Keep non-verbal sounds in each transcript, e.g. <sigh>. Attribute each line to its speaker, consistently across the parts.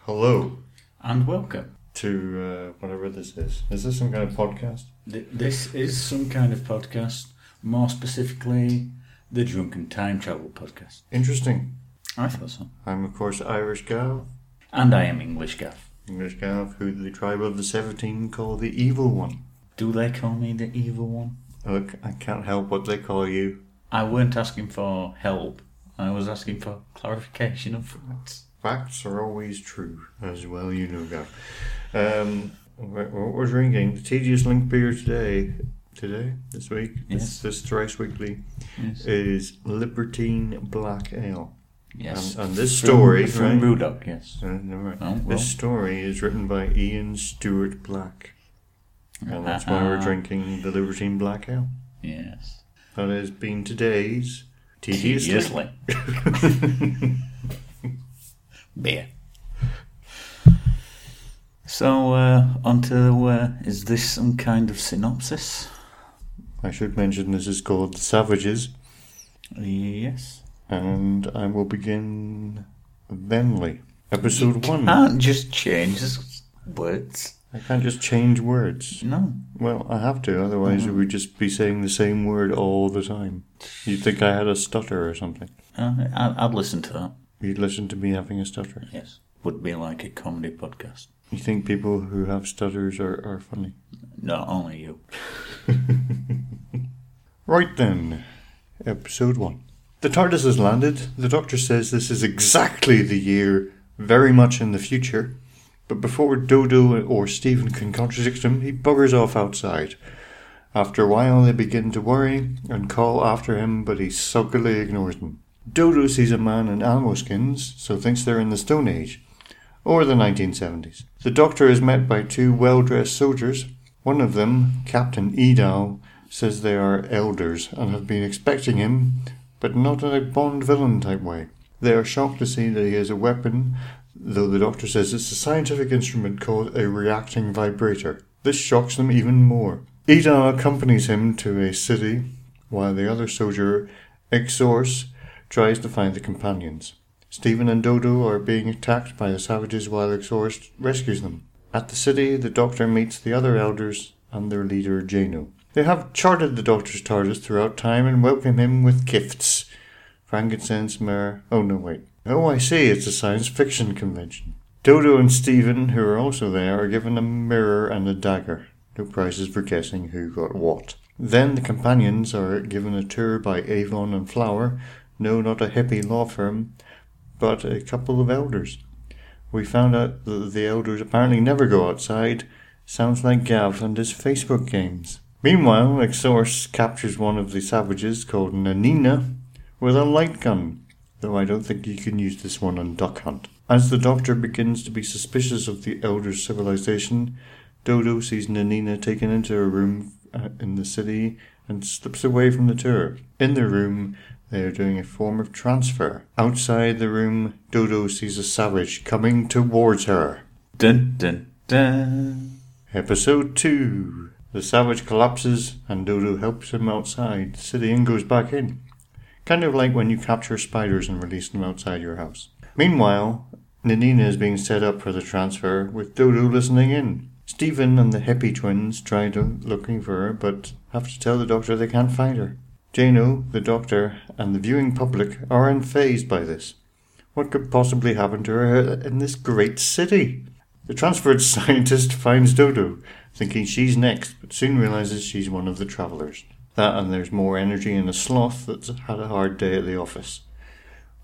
Speaker 1: Hello
Speaker 2: and welcome.
Speaker 1: to uh, whatever this is. Is this some kind of podcast?
Speaker 2: Th- This is some kind of podcast, more specifically, the Drunken Time Travel podcast.
Speaker 1: Interesting.
Speaker 2: I thought so.
Speaker 1: I'm, of course, Irish Gav,
Speaker 2: And I am English Gaff.
Speaker 1: English Gav, who the tribe of the 17 call the evil one.
Speaker 2: Do they call me the evil one?
Speaker 1: Look, I can't help what they call you.
Speaker 2: I weren't asking for help. I was asking for clarification of facts.
Speaker 1: Facts are always true, as well you know, Gav. Um, wh- what we're drinking, the tedious link beer today, today, this week,
Speaker 2: Yes.
Speaker 1: this, this thrice weekly,
Speaker 2: Yes.
Speaker 1: is Libertine Black Ale.
Speaker 2: yes.
Speaker 1: And, and this
Speaker 2: From-
Speaker 1: story, right?
Speaker 2: from Rudok, yes.
Speaker 1: Uh, never mind.
Speaker 2: Oh, well.
Speaker 1: This story is written by Ian Stewart Black. And that's why we're
Speaker 2: Ah.
Speaker 1: drinking the Libertine Black Ale.
Speaker 2: Yes.
Speaker 1: That has been today's tedious.
Speaker 2: <laughs> Tediously. Beer. So, uh, on to uh, is this some kind of synopsis?
Speaker 1: I should mention this is called The Savages,
Speaker 2: Yes.
Speaker 1: and I will begin Venly. Episode 1.
Speaker 2: Can't Ah, just change s- words.
Speaker 1: I can't just change words.
Speaker 2: No.
Speaker 1: Well, I have to,
Speaker 2: Mm.
Speaker 1: otherwise, we would just be saying the same word all the time. You'd think I had a stutter or something.
Speaker 2: Uh, I, I'd listen to that.
Speaker 1: You'd listen to me having a stutter.
Speaker 2: Yes. Would be like a comedy podcast.
Speaker 1: You think people who have stutters are, are funny?
Speaker 2: Not only you.
Speaker 1: Right then, episode one. The TARDIS has landed. The doctor says this is exactly the year, very much in the future. But before Dodo or Stephen can contradict him, he buggers off outside. After a while, they begin to worry and call after him, but he sulkily ignores them. Dodo sees a man in animal skins, so thinks they're in the Stone Age or the 1970s. The doctor is met by two well dressed soldiers. One of them, Captain Edal, says they are elders and have been expecting him, but not in a Bond villain type way. They are shocked to see that he has a weapon, though the doctor says it's a scientific instrument called a reacting vibrator. This shocks them even more. Edal accompanies him to a city, while the other soldier, Exorce, tries to find the companions. Stephen and Dodo are being attacked by the savages while Exorcist rescues them. At the city, the Doctor meets the other elders and their leader, Jano. They have charted the Doctor's TARDIS throughout time and welcome him with gifts. Frankincense, myrrh. Oh, no, wait. Oh, I see, it's a science fiction convention. Dodo and Stephen, who are also there, are given a mirror and a dagger. No prizes for guessing who got what. Then the companions are given a tour by Avon and Flower. No, not a hippie law firm, but a couple of elders. We found out that the elders apparently never go outside. Sounds like Gav and his Facebook games. Meanwhile, Exorce captures one of the savages called Nanina with a light gun, though I don't think you can use this one on Duck Hunt. As the doctor begins to be suspicious of the elders' civilization, Dodo sees Nanina taken into a room uh, in the city and slips away from the tour. In the room, they are doing a form of transfer. Outside the room, Dodo sees a savage coming towards her.
Speaker 2: Dun dun dun.
Speaker 1: Episode 2 The savage collapses and Dodo helps him outside the city and goes back in. Kind of like when you capture spiders and release them outside your house. Meanwhile, Nanina is being set up for the transfer with Dodo listening in. Stephen and the hippie twins try to looking for her but have to tell the doctor they can't find her. Jano, the doctor, and the viewing public are unfazed by this. What could possibly happen to her in this great city? The transferred <laughs> scientist finds Dodo, thinking she's next, but soon realizes she's one of the travelers. That and there's more energy in a sloth that's had a hard day at the office.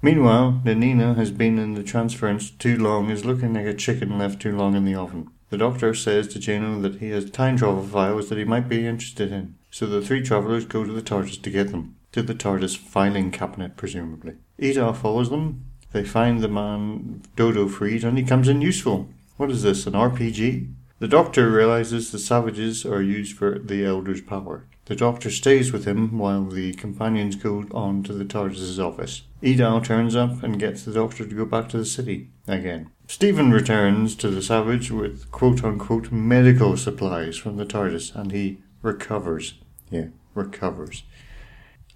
Speaker 1: Meanwhile, Nanina has been in the transference too long, is looking like a chicken left too long in the oven. The doctor says to Jano that he has time travel files that he might be interested in, so the three travelers go to the TARDIS to get them, to the TARDIS filing cabinet, presumably. Edar follows them. They find the man Dodo freed, and he comes in useful. What is this, an RPG? The doctor realizes the savages are used for the elder's power. The doctor stays with him while the companions go on to the TARDIS's office. Edal turns up and gets the doctor to go back to the city again. Stephen returns to the savage with quote unquote medical supplies from the TARDIS and he recovers. Yeah, recovers.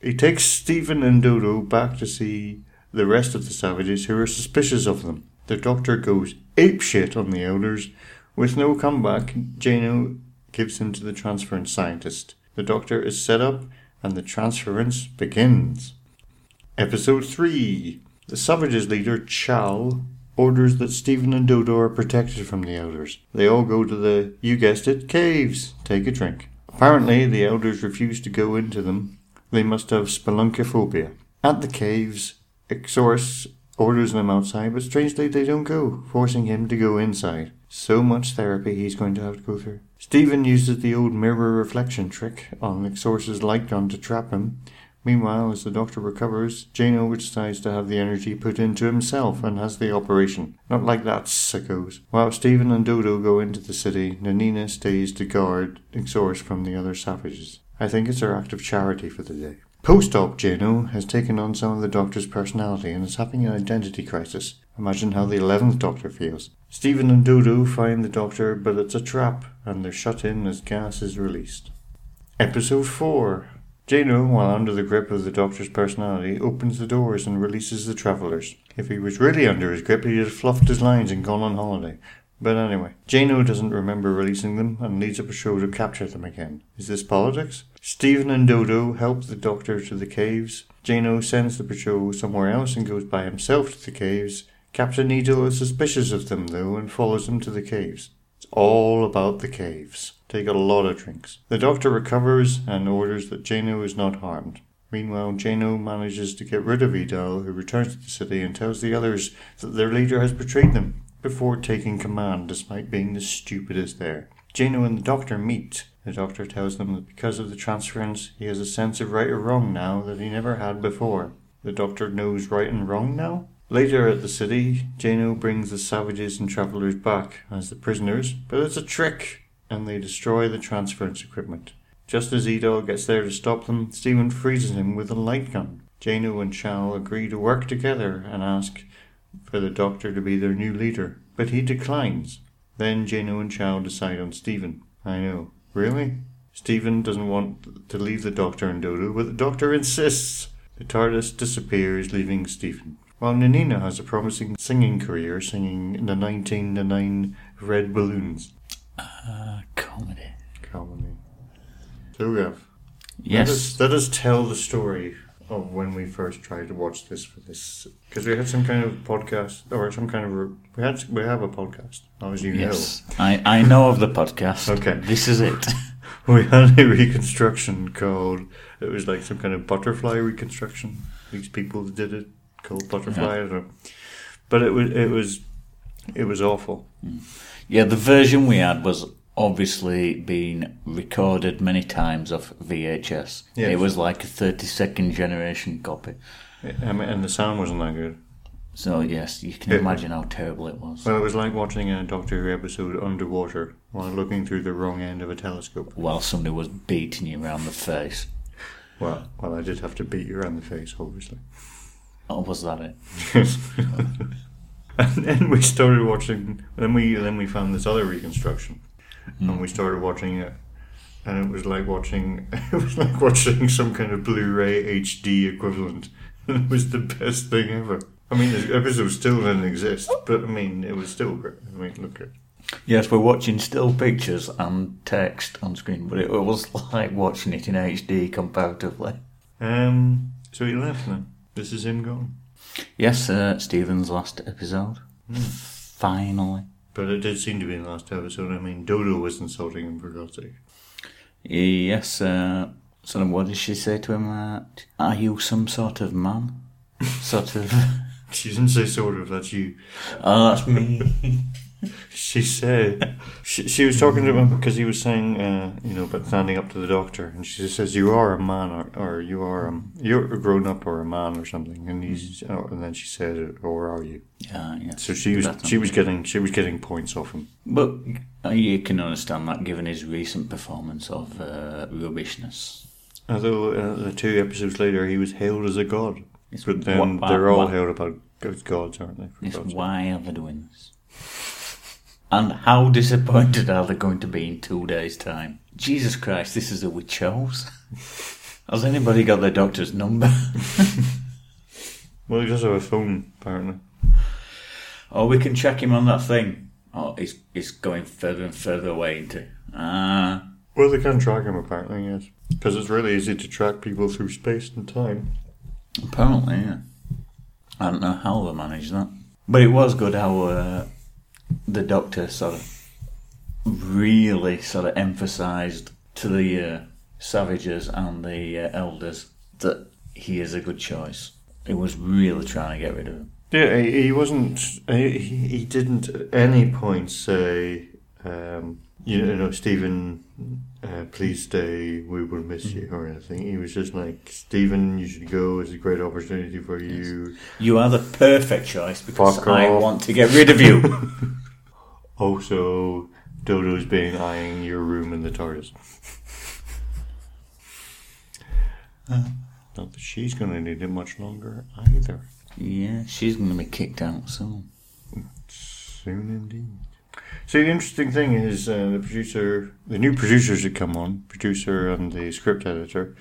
Speaker 1: He takes Stephen and Dodo back to see the rest of the savages who are suspicious of them. The doctor goes apeshit on the elders. With no comeback, Jano gives him to the transference scientist. The doctor is set up and the transference begins. Episode 3 The Savages leader, Chal, orders that Stephen and Dodo are protected from the elders. They all go to the, you guessed it, caves. Take a drink. Apparently, the elders refuse to go into them. They must have spelunkophobia. At the caves, Exorus orders them outside, but strangely they don't go, forcing him to go inside. So much therapy he's going to have to go through. Stephen uses the old mirror reflection trick on Exorus' light gun to trap him. Meanwhile, as the doctor recovers, Jano decides to have the energy put into himself and has the operation. Not like that, sickos. While Stephen and Dodo go into the city, Nanina stays to guard Exorus from the other savages. I think it's her act of charity for the day. Post op Jano has taken on some of the Doctor's personality and is having an identity crisis. Imagine how the 11th Doctor feels. Stephen and Dodo find the Doctor, but it's a trap, and they're shut in as gas is released. Episode 4 Jano, while under the grip of the Doctor's personality, opens the doors and releases the travellers. If he was really under his grip, he'd have fluffed his lines and gone on holiday. But anyway, Jano doesn't remember releasing them and leads up a show to capture them again. Is this politics? Stephen and Dodo help the Doctor to the caves. Jano sends the patrol somewhere else and goes by himself to the caves. Captain Needle is suspicious of them though and follows them to the caves. It's all about the caves. Take a lot of drinks. The Doctor recovers and orders that Jano is not harmed. Meanwhile, Jano manages to get rid of Edel, who returns to the city and tells the others that their leader has betrayed them before taking command, despite being the stupidest there. Jano and the doctor meet. The doctor tells them that because of the transference, he has a sense of right or wrong now that he never had before. The doctor knows right and wrong now? Later at the city, Jano brings the savages and travelers back as the prisoners, but it's a trick, and they destroy the transference equipment. Just as Edo gets there to stop them, Stephen freezes him with a light gun. Jano and Chal agree to work together and ask, for the doctor to be their new leader, but he declines. Then Jano and Chow decide on Stephen. I know. Really? Stephen doesn't want to leave the doctor and Dodo, but the doctor insists. The TARDIS disappears, leaving Stephen. While Nanina has a promising singing career, singing the 1999 Red Balloons.
Speaker 2: Ah, comedy.
Speaker 1: Comedy. So, yeah. Let
Speaker 2: Yes.
Speaker 1: us, let us tell the story of when we first tried to watch this for this because we had some kind of podcast or some kind of we had we have a podcast as you
Speaker 2: Yes. I, I know of the podcast.
Speaker 1: <laughs> Okay.
Speaker 2: This is it.
Speaker 1: know <laughs> we had a reconstruction called it was like some kind of butterfly reconstruction these people that did it called butterfly I don't know. but it was it was it was awful
Speaker 2: Yeah, the version we had was obviously been recorded many times off VHS.
Speaker 1: Yes.
Speaker 2: It was like a 30 second generation copy.
Speaker 1: I mean, and the sound wasn't that good
Speaker 2: So, yes, you can
Speaker 1: Yeah.
Speaker 2: imagine how terrible it was.
Speaker 1: well it was like watching a Doctor Who episode underwater while looking through the wrong end of a telescope
Speaker 2: While somebody was beating you around the face.
Speaker 1: well well I did have to beat you around the face obviously
Speaker 2: Or Oh, was that it?
Speaker 1: <laughs> and then we started watching. Then we then we found this other reconstruction, and we started watching it, and it was like watching <laughs> it was like watching some kind of Blu-ray HD equivalent. <laughs> It was the best thing ever. I mean, the episode still didn't exist, but I mean, it was still great. I mean, look at
Speaker 2: Yes, we're watching still pictures and text on screen, but it was <laughs> like watching it in HD comparatively.
Speaker 1: um. So he left now. This is him gone.
Speaker 2: Yes, uh, Stephen's last episode. Finally.
Speaker 1: But it did seem to be the last episode. I mean, Dodo was insulting him for God's sake. <laughs>
Speaker 2: Yes, uh, so what did she say to him? Uh, Are you some sort
Speaker 1: <laughs>
Speaker 2: of man? sort of.
Speaker 1: She didn't say sort of. That's you.
Speaker 2: Oh, that's me.
Speaker 1: She said she, she was talking to him because he was saying, uh, you know, about standing up to the doctor, and she says, "You are a man, or, or you are um, you're a grown up or a man or something." And he's, oh, and then she said, "Or are you?"
Speaker 2: yeah, yeah.
Speaker 1: So she was
Speaker 2: That's
Speaker 1: she was getting she was getting points off him.
Speaker 2: But uh, you can understand that given his recent performance of uh, rubbishness.
Speaker 1: Although uh, the two episodes later, he was hailed as a god,
Speaker 2: It's
Speaker 1: but then
Speaker 2: wha- wha-
Speaker 1: they're all
Speaker 2: wha-
Speaker 1: hailed about as gods, aren't they? for
Speaker 2: Yes,
Speaker 1: God's sake?
Speaker 2: why are they doing this? And how disappointed are they going to be in two days' time? Jesus Christ, this is who we chose. <laughs> Has anybody got their doctor's number?
Speaker 1: Well, he does have a phone apparently.
Speaker 2: Or we can check him on that thing. Oh, he's, he's going further and further away into. Ah.
Speaker 1: Well, they can track him apparently, yes. Because it's really easy to track people through space and time.
Speaker 2: Apparently, yeah. I don't know how they managed that. But it was good how uh, the doctor sort of really sort of emphasised to the uh, savages and the uh, elders that he is a good choice. It was really trying to get rid of him.
Speaker 1: Yeah, he he wasn't. He, he didn't at any point say, um, you know, Stephen, uh, please stay. We will miss you or anything. He was just like, Stephen, you should go. It's a great opportunity for you.
Speaker 2: You are the perfect choice because
Speaker 1: Fuck
Speaker 2: I
Speaker 1: off.
Speaker 2: want to get rid of you. <laughs>
Speaker 1: Also, Dodo's been eyeing your room in the TARDIS. Not that she's going to need it much longer either.
Speaker 2: yeah, she's going to be kicked out soon.
Speaker 1: Soon indeed. So the interesting thing is uh, the producer, the new producers had come on, producer and the script editor,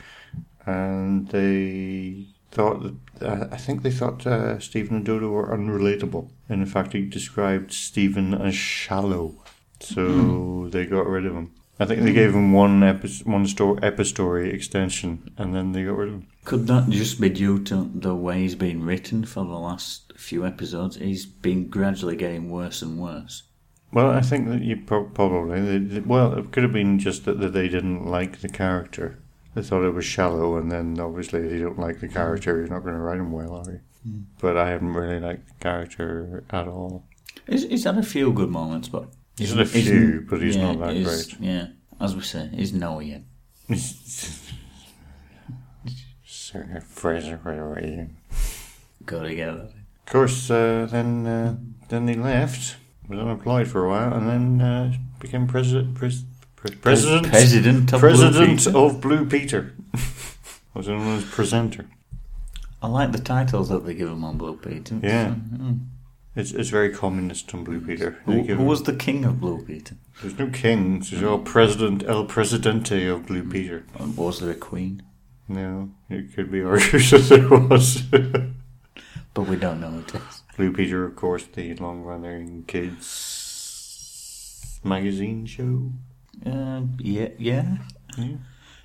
Speaker 1: and they thought that uh, I think they thought uh, Stephen and Dodo were unrelatable, and in fact he described Stephen as shallow, so they got rid of him. I think they gave him one epi- one store epistory extension, and then they got rid of him.
Speaker 2: Could that just be due to the way he's been written for the last few episodes? He's been gradually getting worse and worse.
Speaker 1: Well, I think that you pro- probably they, they- well, it could have been just that, that they didn't like the character. They thought it was shallow, and then obviously if you don't like the character, you're not going to write him well, are you?
Speaker 2: Hmm.
Speaker 1: But I haven't really liked the character at all. <laughs>
Speaker 2: He's, he's had a few good moments, but
Speaker 1: He's had a few, but he's
Speaker 2: yeah,
Speaker 1: not that
Speaker 2: he's-
Speaker 1: great.
Speaker 2: Yeah, as we say, he's no yet.
Speaker 1: Sir Fraser, where are you?
Speaker 2: Go together.
Speaker 1: Of course, uh, then uh, then he left, was unemployed for a while, and then uh, became president. Pres- pre- president.
Speaker 2: president of Blue
Speaker 1: president
Speaker 2: Peter.
Speaker 1: of Blue Peter. <laughs> was known as presenter.
Speaker 2: I like the titles that they give him on Blue Peter. Mm-hmm.
Speaker 1: Yeah. It's, it's very communist on Blue Peter. They
Speaker 2: Who,
Speaker 1: give
Speaker 2: who
Speaker 1: him-
Speaker 2: was the king of Blue Peter?
Speaker 1: there's no kings. There's all president, El Presidente of Blue Peter.
Speaker 2: Was there a queen?
Speaker 1: No, it could be <laughs> argued that there was. <laughs>
Speaker 2: But we don't know who it is.
Speaker 1: Blue Peter, of course, the long running kids magazine show.
Speaker 2: Uh, yeah, yeah.
Speaker 1: Yeah.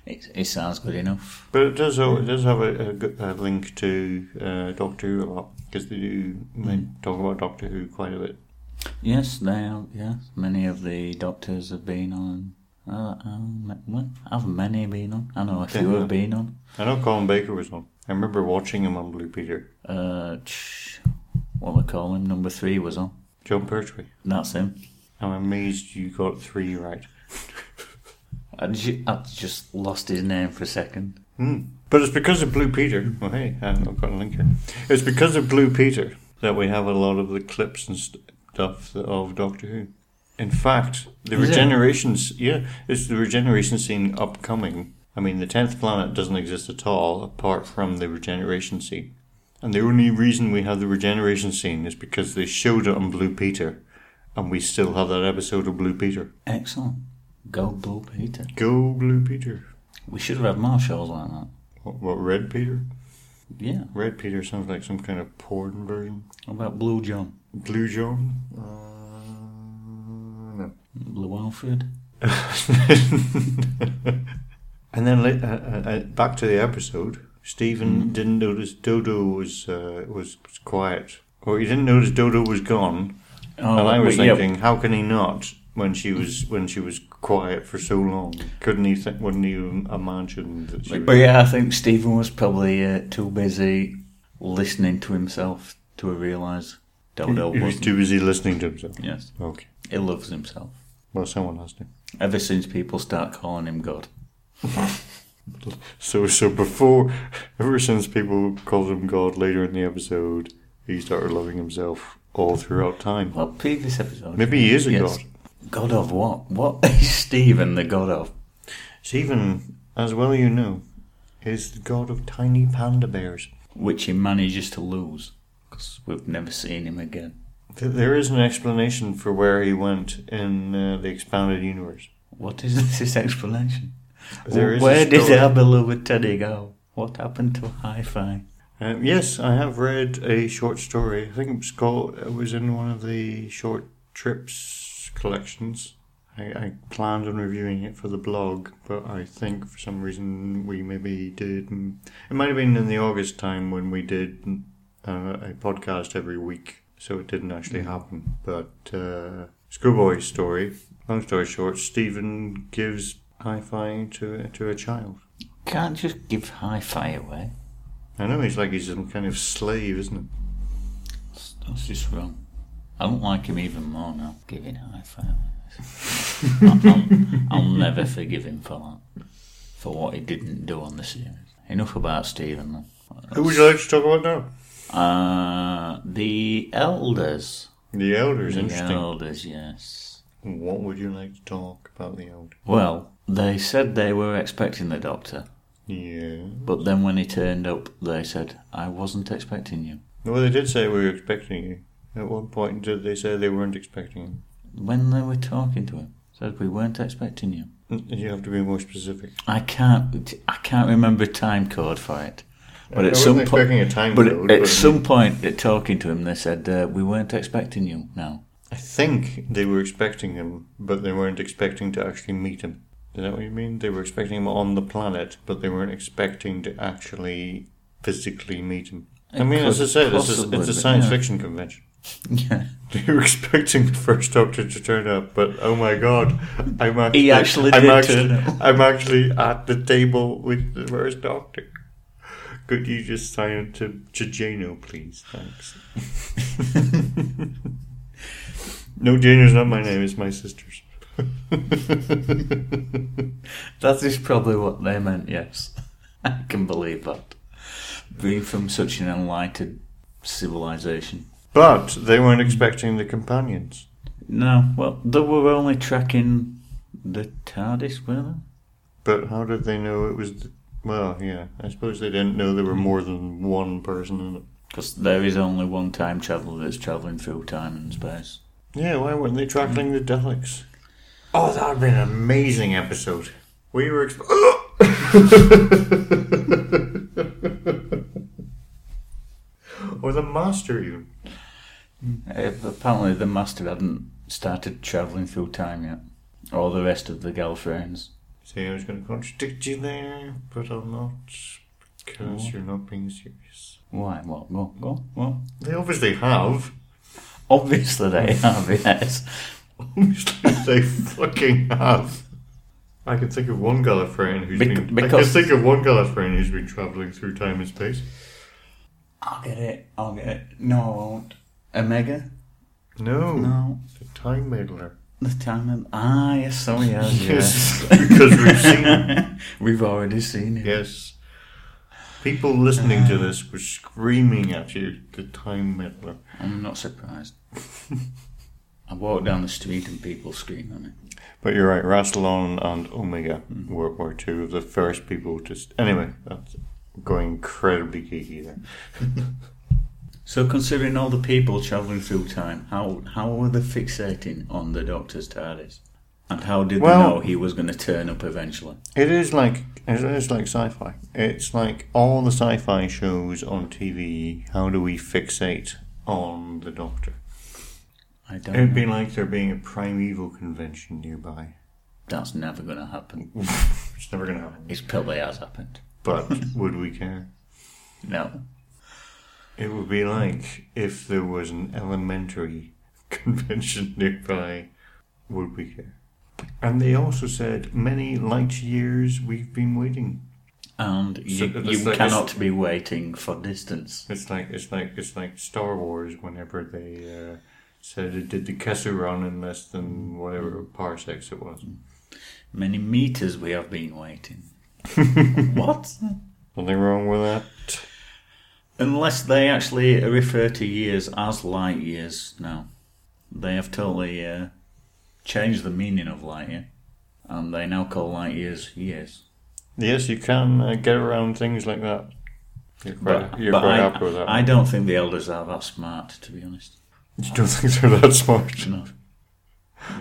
Speaker 2: It, it sounds good enough.
Speaker 1: But it does, al- it does have a, a, good- a link to uh, Doctor Who a lot, because they do they
Speaker 2: Hmm.
Speaker 1: talk about Doctor Who quite a bit.
Speaker 2: Yes, they are. Yes, many of the doctors have been on. Uh, um, well, have many been on? I know a few
Speaker 1: Yeah.
Speaker 2: have been on.
Speaker 1: I know Colin Baker was on. I remember watching him on Blue Peter.
Speaker 2: Uh, tch, what we call him? Number three was on.
Speaker 1: John Pertwee.
Speaker 2: That's him.
Speaker 1: I'm amazed you got three right.
Speaker 2: I, ju- I just lost his name for a second.
Speaker 1: Mm. But it's because of Blue Peter. Well, hey, I've got a link here. It's because of Blue Peter that we have a lot of the clips and st- stuff that- of Doctor Who. In fact, the
Speaker 2: Is it?
Speaker 1: regenerations, yeah, it's the regeneration scene upcoming. I mean, the tenth planet doesn't exist at all apart from the regeneration scene, and the only reason we have the regeneration scene is because they showed it on Blue Peter, and we still have that episode of Blue Peter.
Speaker 2: Excellent. Go Blue Peter.
Speaker 1: Go Blue Peter.
Speaker 2: We should have had more shows like that.
Speaker 1: What, what Red Peter?
Speaker 2: Yeah.
Speaker 1: Red Peter sounds like some kind of porn version.
Speaker 2: What about Blue John?
Speaker 1: Blue John? Uh, no. <laughs>
Speaker 2: Blue Alfred?
Speaker 1: and then la- uh, uh, uh, back to the episode. Stephen
Speaker 2: Mm.
Speaker 1: didn't notice Dodo was uh, was was quiet, or he didn't notice Dodo was gone.
Speaker 2: Oh,
Speaker 1: and I was
Speaker 2: but yeah,
Speaker 1: thinking, how can he not when she was when she was quiet for so long? Couldn't he? Th- wouldn't he imagine that she?
Speaker 2: But yeah, I think Stephen was probably uh, too busy listening to himself to realise Dodo
Speaker 1: was, he was
Speaker 2: wasn't.
Speaker 1: too busy listening to himself.
Speaker 2: Yes,
Speaker 1: Okay.
Speaker 2: he loves himself.
Speaker 1: Well, someone has to.
Speaker 2: Ever since people start calling him God.
Speaker 1: So, so before, ever since people called him God later in the episode, he started loving himself all throughout time.
Speaker 2: Well, previous episode.
Speaker 1: Maybe he is a
Speaker 2: Yes.
Speaker 1: god.
Speaker 2: God of what? What <laughs> is Stephen the God of?
Speaker 1: Stephen, as well you know, is the god of tiny panda bears.
Speaker 2: Which he manages to lose because we've never seen him again.
Speaker 1: Th- There is an explanation for where he went in uh, the expanded universe.
Speaker 2: What is <laughs> this explanation?
Speaker 1: There is a
Speaker 2: Where did
Speaker 1: story-
Speaker 2: our beloved Teddy go? What happened to Hi Fi?
Speaker 1: Um, yes, I have read a short story. I think it was called. It was in one of the short trips collections. I, I planned on reviewing it for the blog, but I think for some reason we maybe did. It might have been in the August time when we did uh, a podcast every week, so it didn't actually happen. But uh, Schoolboy story. Long story short, Stephen gives hi-fi to to a child.
Speaker 2: Can't just give hi fi away.
Speaker 1: I know he's like he's some kind of slave, isn't it?
Speaker 2: That's, that's just wrong. I don't like him even more now, giving high five. <laughs> I'll, I'll never forgive him for that, for what he didn't do on the series. Enough about Stephen. though.
Speaker 1: Who would you like to talk about now?
Speaker 2: Uh, the elders.
Speaker 1: The elders,
Speaker 2: The
Speaker 1: interesting.
Speaker 2: elders, yes.
Speaker 1: What would you like to talk about the elder?
Speaker 2: Well, they said they were expecting the doctor,
Speaker 1: Yeah.
Speaker 2: but then when he turned up, they said, "I wasn't expecting you."
Speaker 1: Well, they did say we were expecting you. At one point, did they say they weren't expecting
Speaker 2: When they were talking to him, said, "We weren't expecting you."
Speaker 1: you? You have to be more specific.
Speaker 2: I can't. I can't remember a time code for it. But
Speaker 1: I
Speaker 2: at
Speaker 1: wasn't
Speaker 2: some point,
Speaker 1: expecting a time
Speaker 2: but
Speaker 1: code,
Speaker 2: at
Speaker 1: but-
Speaker 2: some point, at talking to him, they said uh, we weren't expecting you. No,
Speaker 1: I think they were expecting him, but they weren't expecting to actually meet him. Is that what you mean? They were expecting him on the planet, but they weren't expecting to actually physically meet him. I
Speaker 2: It
Speaker 1: mean, as I
Speaker 2: could
Speaker 1: said, it's a,
Speaker 2: possibly
Speaker 1: it's a
Speaker 2: be,
Speaker 1: science
Speaker 2: yeah.
Speaker 1: fiction convention.
Speaker 2: yeah,
Speaker 1: <laughs> They were expecting the first Doctor to turn up, but oh my god, I'm actually,
Speaker 2: actually
Speaker 1: I'm
Speaker 2: did
Speaker 1: actually,
Speaker 2: turn up.
Speaker 1: <laughs> I'm actually at the table with the first Doctor. Could you just sign to Jano, please? Thanks. <laughs> no, Jano's not my name, it's my sister's.
Speaker 2: <laughs> that is probably what they meant. Yes, <laughs> I can believe that. Being from such an enlightened civilization.
Speaker 1: but they weren't expecting the companions.
Speaker 2: No, well, they were only tracking the TARDIS, were they?
Speaker 1: But how did they know it was. The, well, yeah, I suppose they didn't know there were more than one person in it.
Speaker 2: Because there is only one time traveler that's traveling through time and space.
Speaker 1: Yeah, why weren't they tracking the Daleks? Oh, that would have been an amazing episode. We were. Exp- <laughs> or the Master, even.
Speaker 2: Uh, Apparently, the Master hadn't started travelling through time yet, or the rest of the girlfriends.
Speaker 1: See, I was going to contradict you there, but I'm not. Because you're not being serious.
Speaker 2: Why? What? Go, go, go.
Speaker 1: They obviously have. <laughs>
Speaker 2: Obviously, <laughs> they have, yes.
Speaker 1: Obviously, they fucking have. I can think of one Gallifreyan who's
Speaker 2: Bec-
Speaker 1: been. I can
Speaker 2: because-
Speaker 1: think of one Gallifreyan who's been travelling through time and space.
Speaker 2: I'll get it, I'll get it. No, I won't. Omega?
Speaker 1: No.
Speaker 2: No.
Speaker 1: The Time Meddler.
Speaker 2: The time and. Ah, yes, sorry, <laughs> yes. yes.
Speaker 1: because we've seen.
Speaker 2: <laughs> We've already seen it.
Speaker 1: Yes. People listening to this were screaming at you, the Time Meddler.
Speaker 2: I'm not surprised. <laughs> I walk down the street and people scream at me.
Speaker 1: But you're right, Rassilon and Omega were, were two of the first people to. St- anyway, that's going incredibly geeky there.
Speaker 2: So, considering all the people travelling through time, how how were they fixating on the Doctor's TARDIS? And how did
Speaker 1: Well-
Speaker 2: they know he was going to turn up eventually?
Speaker 1: It is like it is like sci-fi. It's like all the sci-fi shows on TV. How do we fixate on the Doctor?
Speaker 2: I don't.
Speaker 1: It'd
Speaker 2: know.
Speaker 1: be like there being a primeval convention nearby. <laughs>
Speaker 2: That's never going to happen.
Speaker 1: it's never gonna happen.
Speaker 2: It probably has happened.
Speaker 1: But would we care?
Speaker 2: No.
Speaker 1: It would be like if there was an elementary <laughs> convention nearby, would we care? And they also said many light years we've been waiting.
Speaker 2: And you,
Speaker 1: So,
Speaker 2: you
Speaker 1: it's like-
Speaker 2: cannot be waiting for distance.
Speaker 1: It's like it's like it's like Star Wars whenever they uh, said it did the Kessel run in less than whatever parsecs it was.
Speaker 2: Many meters we have been waiting.
Speaker 1: <laughs>
Speaker 2: what?
Speaker 1: Nothing wrong with that.
Speaker 2: Unless they actually refer to years as light years now. They have totally uh, changed the meaning of light year. And they now call light years years.
Speaker 1: Yes, you can uh, get around things like that. You're quite, you're quite
Speaker 2: I,
Speaker 1: happy with that.
Speaker 2: I don't think the elders are that smart, to be honest.
Speaker 1: <laughs> you don't think they're that smart?
Speaker 2: No.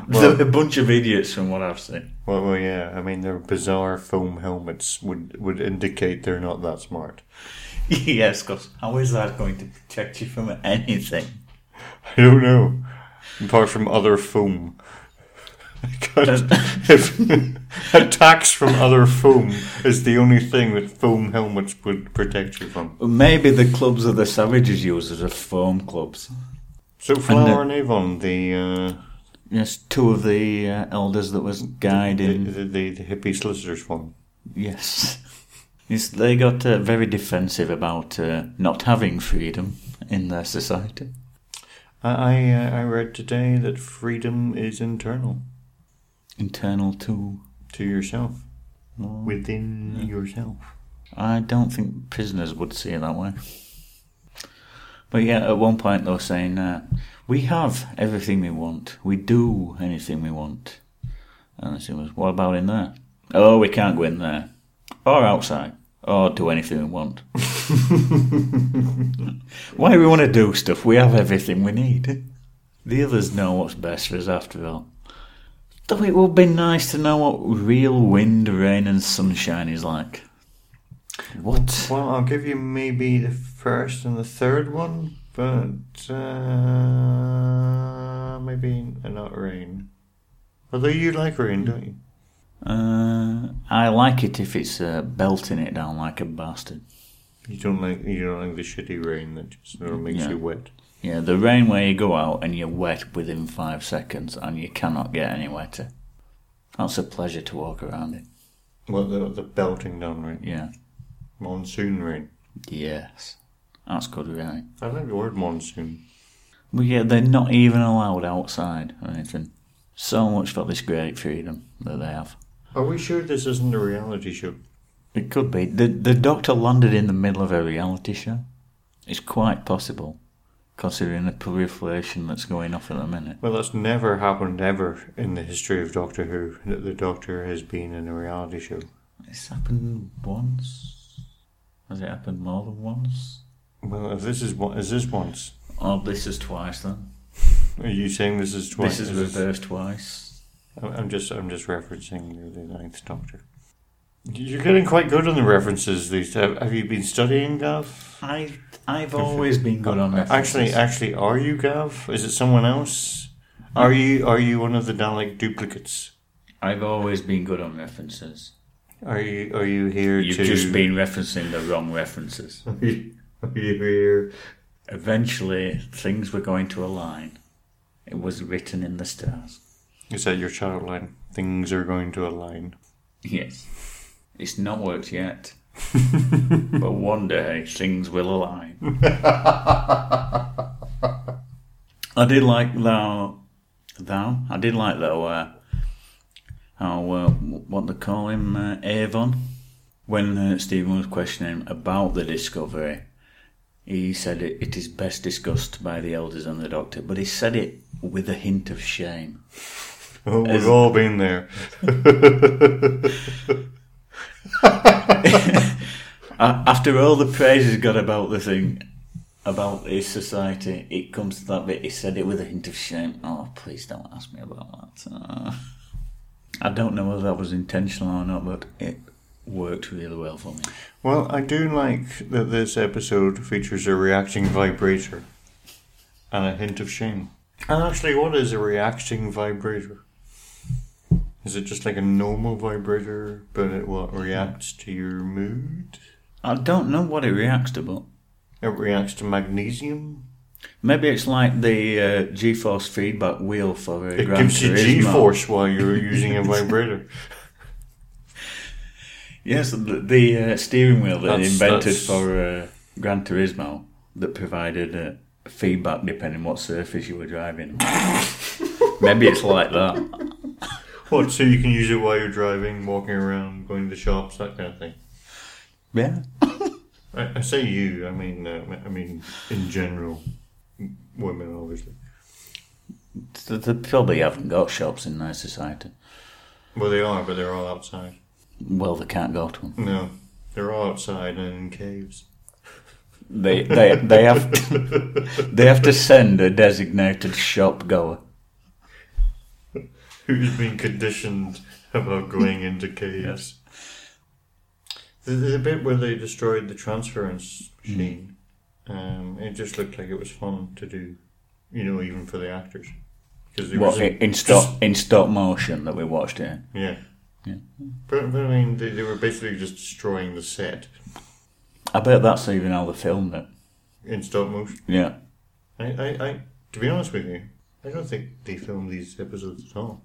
Speaker 1: Well-
Speaker 2: a bunch of idiots from what I've seen. <laughs>
Speaker 1: Well, well, yeah. I mean, their bizarre foam helmets would would indicate they're not that smart. <laughs>
Speaker 2: yes, because how is that going to protect you from anything?
Speaker 1: I don't know. Apart from other foam. <laughs> God, if <laughs> attacks from other foam is the only thing that foam helmets would protect you from.
Speaker 2: <laughs> Maybe the clubs of the savages uses are foam clubs.
Speaker 1: So Flower and, Avon, the, uh,
Speaker 2: Yes, two of the uh, elders that was
Speaker 1: the,
Speaker 2: guiding.
Speaker 1: the the hippie solicitors one.
Speaker 2: Yes. yes they got uh, very defensive about uh, not having freedom in their society.
Speaker 1: I I, uh, I read today that freedom is internal
Speaker 2: Internal to.
Speaker 1: to yourself, within yourself.
Speaker 2: I don't think prisoners would see it that way. But yeah, at one point they were saying, uh, we have everything we want. We do anything we want. And she was, what about in there? Oh, we can't go in there. Or outside. Or do anything we want. <laughs> Why do we want to do stuff? We have everything we need. The others know what's best for us after all. Though it would be nice to know what real wind, rain, and sunshine is like. What?
Speaker 1: Well, I'll give you maybe the first and the third one, but uh, maybe not rain. Although you like rain, don't you?
Speaker 2: Uh, I like it if it's uh, belting it down like a bastard.
Speaker 1: You don't like you don't like the shitty rain that just sort of makes
Speaker 2: Yeah.
Speaker 1: you wet.
Speaker 2: Yeah, the rain where you go out and you're wet within five seconds and you cannot get any wetter. That's a pleasure to walk around in.
Speaker 1: Well, the, the belting down rain,
Speaker 2: Yeah.
Speaker 1: monsoon rain.
Speaker 2: Yes. That's good rain.
Speaker 1: I like the word monsoon.
Speaker 2: But yeah, they're not even allowed outside or anything. So much for this great freedom that they have.
Speaker 1: Are we sure this isn't a reality show?
Speaker 2: It could be. The, the doctor landed in the middle of a reality show. It's quite possible, considering the proliferation that's going off at the minute.
Speaker 1: Well, that's never happened ever in the history of Doctor Who that the Doctor has been in a reality show.
Speaker 2: It's happened once. Has it happened more than once?
Speaker 1: Well, if this is what is this once?
Speaker 2: Oh, this is twice then.
Speaker 1: Are you saying this is twice?
Speaker 2: This is reversed twice.
Speaker 1: I'm I'm just I'm just referencing the, the Ninth Doctor. You're getting quite good on the references these days. Have you been studying, Gav?
Speaker 2: I I've always been good on references.
Speaker 1: Actually, actually, are you Gav? Is it someone else? Are you are you one of the Dalek duplicates?
Speaker 2: I've always been good on references.
Speaker 1: Are you are you here
Speaker 2: You've
Speaker 1: to?
Speaker 2: just been referencing the wrong references.
Speaker 1: <laughs> Are you, are you here?
Speaker 2: Eventually, things were going to align. It was written in the stars.
Speaker 1: Is that your shout line? Things are going to align.
Speaker 2: Yes. It's not worked yet. <laughs> but one day things will align. <laughs> I did like thou, thou. I did like though uh, how uh, what they call him uh, Avon. When uh, Stephen was questioning about the discovery, he said it, it is best discussed by the elders and the doctor. But he said it with a hint of shame.
Speaker 1: Oh, we've all been there.
Speaker 2: A- After all the praise he's got about the thing, about his society, it comes to that bit. He said it with a hint of shame. Oh, please don't ask me about that. Uh, I don't know whether that was intentional or not, but it worked really well for me.
Speaker 1: Well, I do like that this episode features a reacting vibrator and a hint of shame. And actually, what is a reacting vibrator? Is it just like a normal vibrator, but it what reacts to your mood?
Speaker 2: I don't know what it reacts to, but
Speaker 1: It reacts to magnesium.
Speaker 2: maybe it's like the uh, G-force feedback wheel for a
Speaker 1: It
Speaker 2: Gran
Speaker 1: gives you
Speaker 2: Turismo.
Speaker 1: G-force while you're using a vibrator.
Speaker 2: Yes, the, the uh, steering wheel that they
Speaker 1: That's-
Speaker 2: invented
Speaker 1: that's-
Speaker 2: for uh, Gran Turismo that provided uh, feedback depending what surface you
Speaker 1: <laughs>
Speaker 2: were driving. Maybe it's like that.
Speaker 1: What? So you can use it while you're driving, walking around, going to the shops, that kind of thing.
Speaker 2: Yeah.
Speaker 1: I, I say you. I mean, uh, I mean in general, m- women obviously.
Speaker 2: They, they probably haven't got shops in their society.
Speaker 1: Well, they are, but they're all outside.
Speaker 2: Well, they can't go to them.
Speaker 1: No, they're all outside and in caves.
Speaker 2: They they, they have
Speaker 1: <laughs>
Speaker 2: to, they have to send a designated shop goer.
Speaker 1: who's been conditioned about going into caves. The, the bit where they destroyed the transference
Speaker 2: Hmm.
Speaker 1: machine, um, it just looked like it was fun to do, you know, even for the actors. Because there
Speaker 2: What
Speaker 1: was a-
Speaker 2: in stop in stop motion that we watched here?
Speaker 1: yeah.
Speaker 2: Yeah.
Speaker 1: But, but I mean, they, they were basically just destroying the set
Speaker 2: I bet that's even how they filmed it.
Speaker 1: in stop motion.
Speaker 2: Yeah.
Speaker 1: I, I, I, to be honest with you, I don't think they filmed these episodes at all.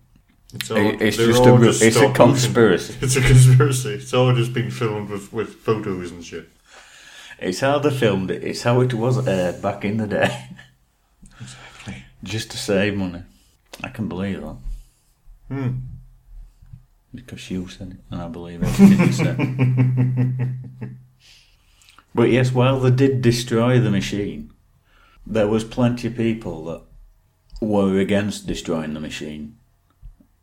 Speaker 1: It's all
Speaker 2: It- it's
Speaker 1: they're
Speaker 2: just
Speaker 1: all
Speaker 2: a ru- it's a
Speaker 1: stop motion.
Speaker 2: conspiracy.
Speaker 1: It's a conspiracy. It's all just been filmed with, with photos and shit.
Speaker 2: It's how they filmed it. It's how it was aired back in the day.
Speaker 1: Exactly.
Speaker 2: Just to save money. I can believe that.
Speaker 1: Hmm.
Speaker 2: Because you said it, and I believe everything you said.
Speaker 1: <laughs>
Speaker 2: but yes, while they did destroy the machine, there was plenty of people that were against destroying the machine.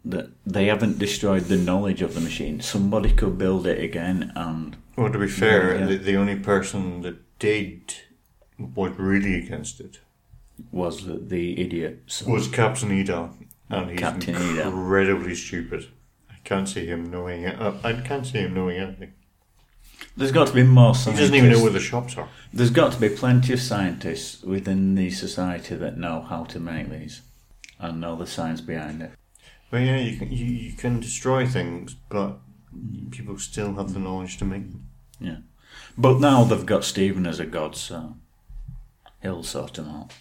Speaker 2: That they haven't destroyed the knowledge of the machine. Somebody could build it again, and
Speaker 1: Well, to be fair,
Speaker 2: Yeah, yeah.
Speaker 1: The, the only person that did what really against it
Speaker 2: was the, the idiot. So
Speaker 1: was Captain Edel, and he's
Speaker 2: Captain Edel.
Speaker 1: incredibly stupid. I can't see him knowing it. Uh, I, I can't see him knowing anything.
Speaker 2: there's got to be more.
Speaker 1: He doesn't even know
Speaker 2: scientists.
Speaker 1: where the shops are.
Speaker 2: There's got to be plenty of scientists within the society that know how to make these and know the science behind it.
Speaker 1: But yeah, you can you, you can destroy things, but people still have the knowledge to make them.
Speaker 2: Yeah. But now they've got Stephen as a god, so he'll sort him out.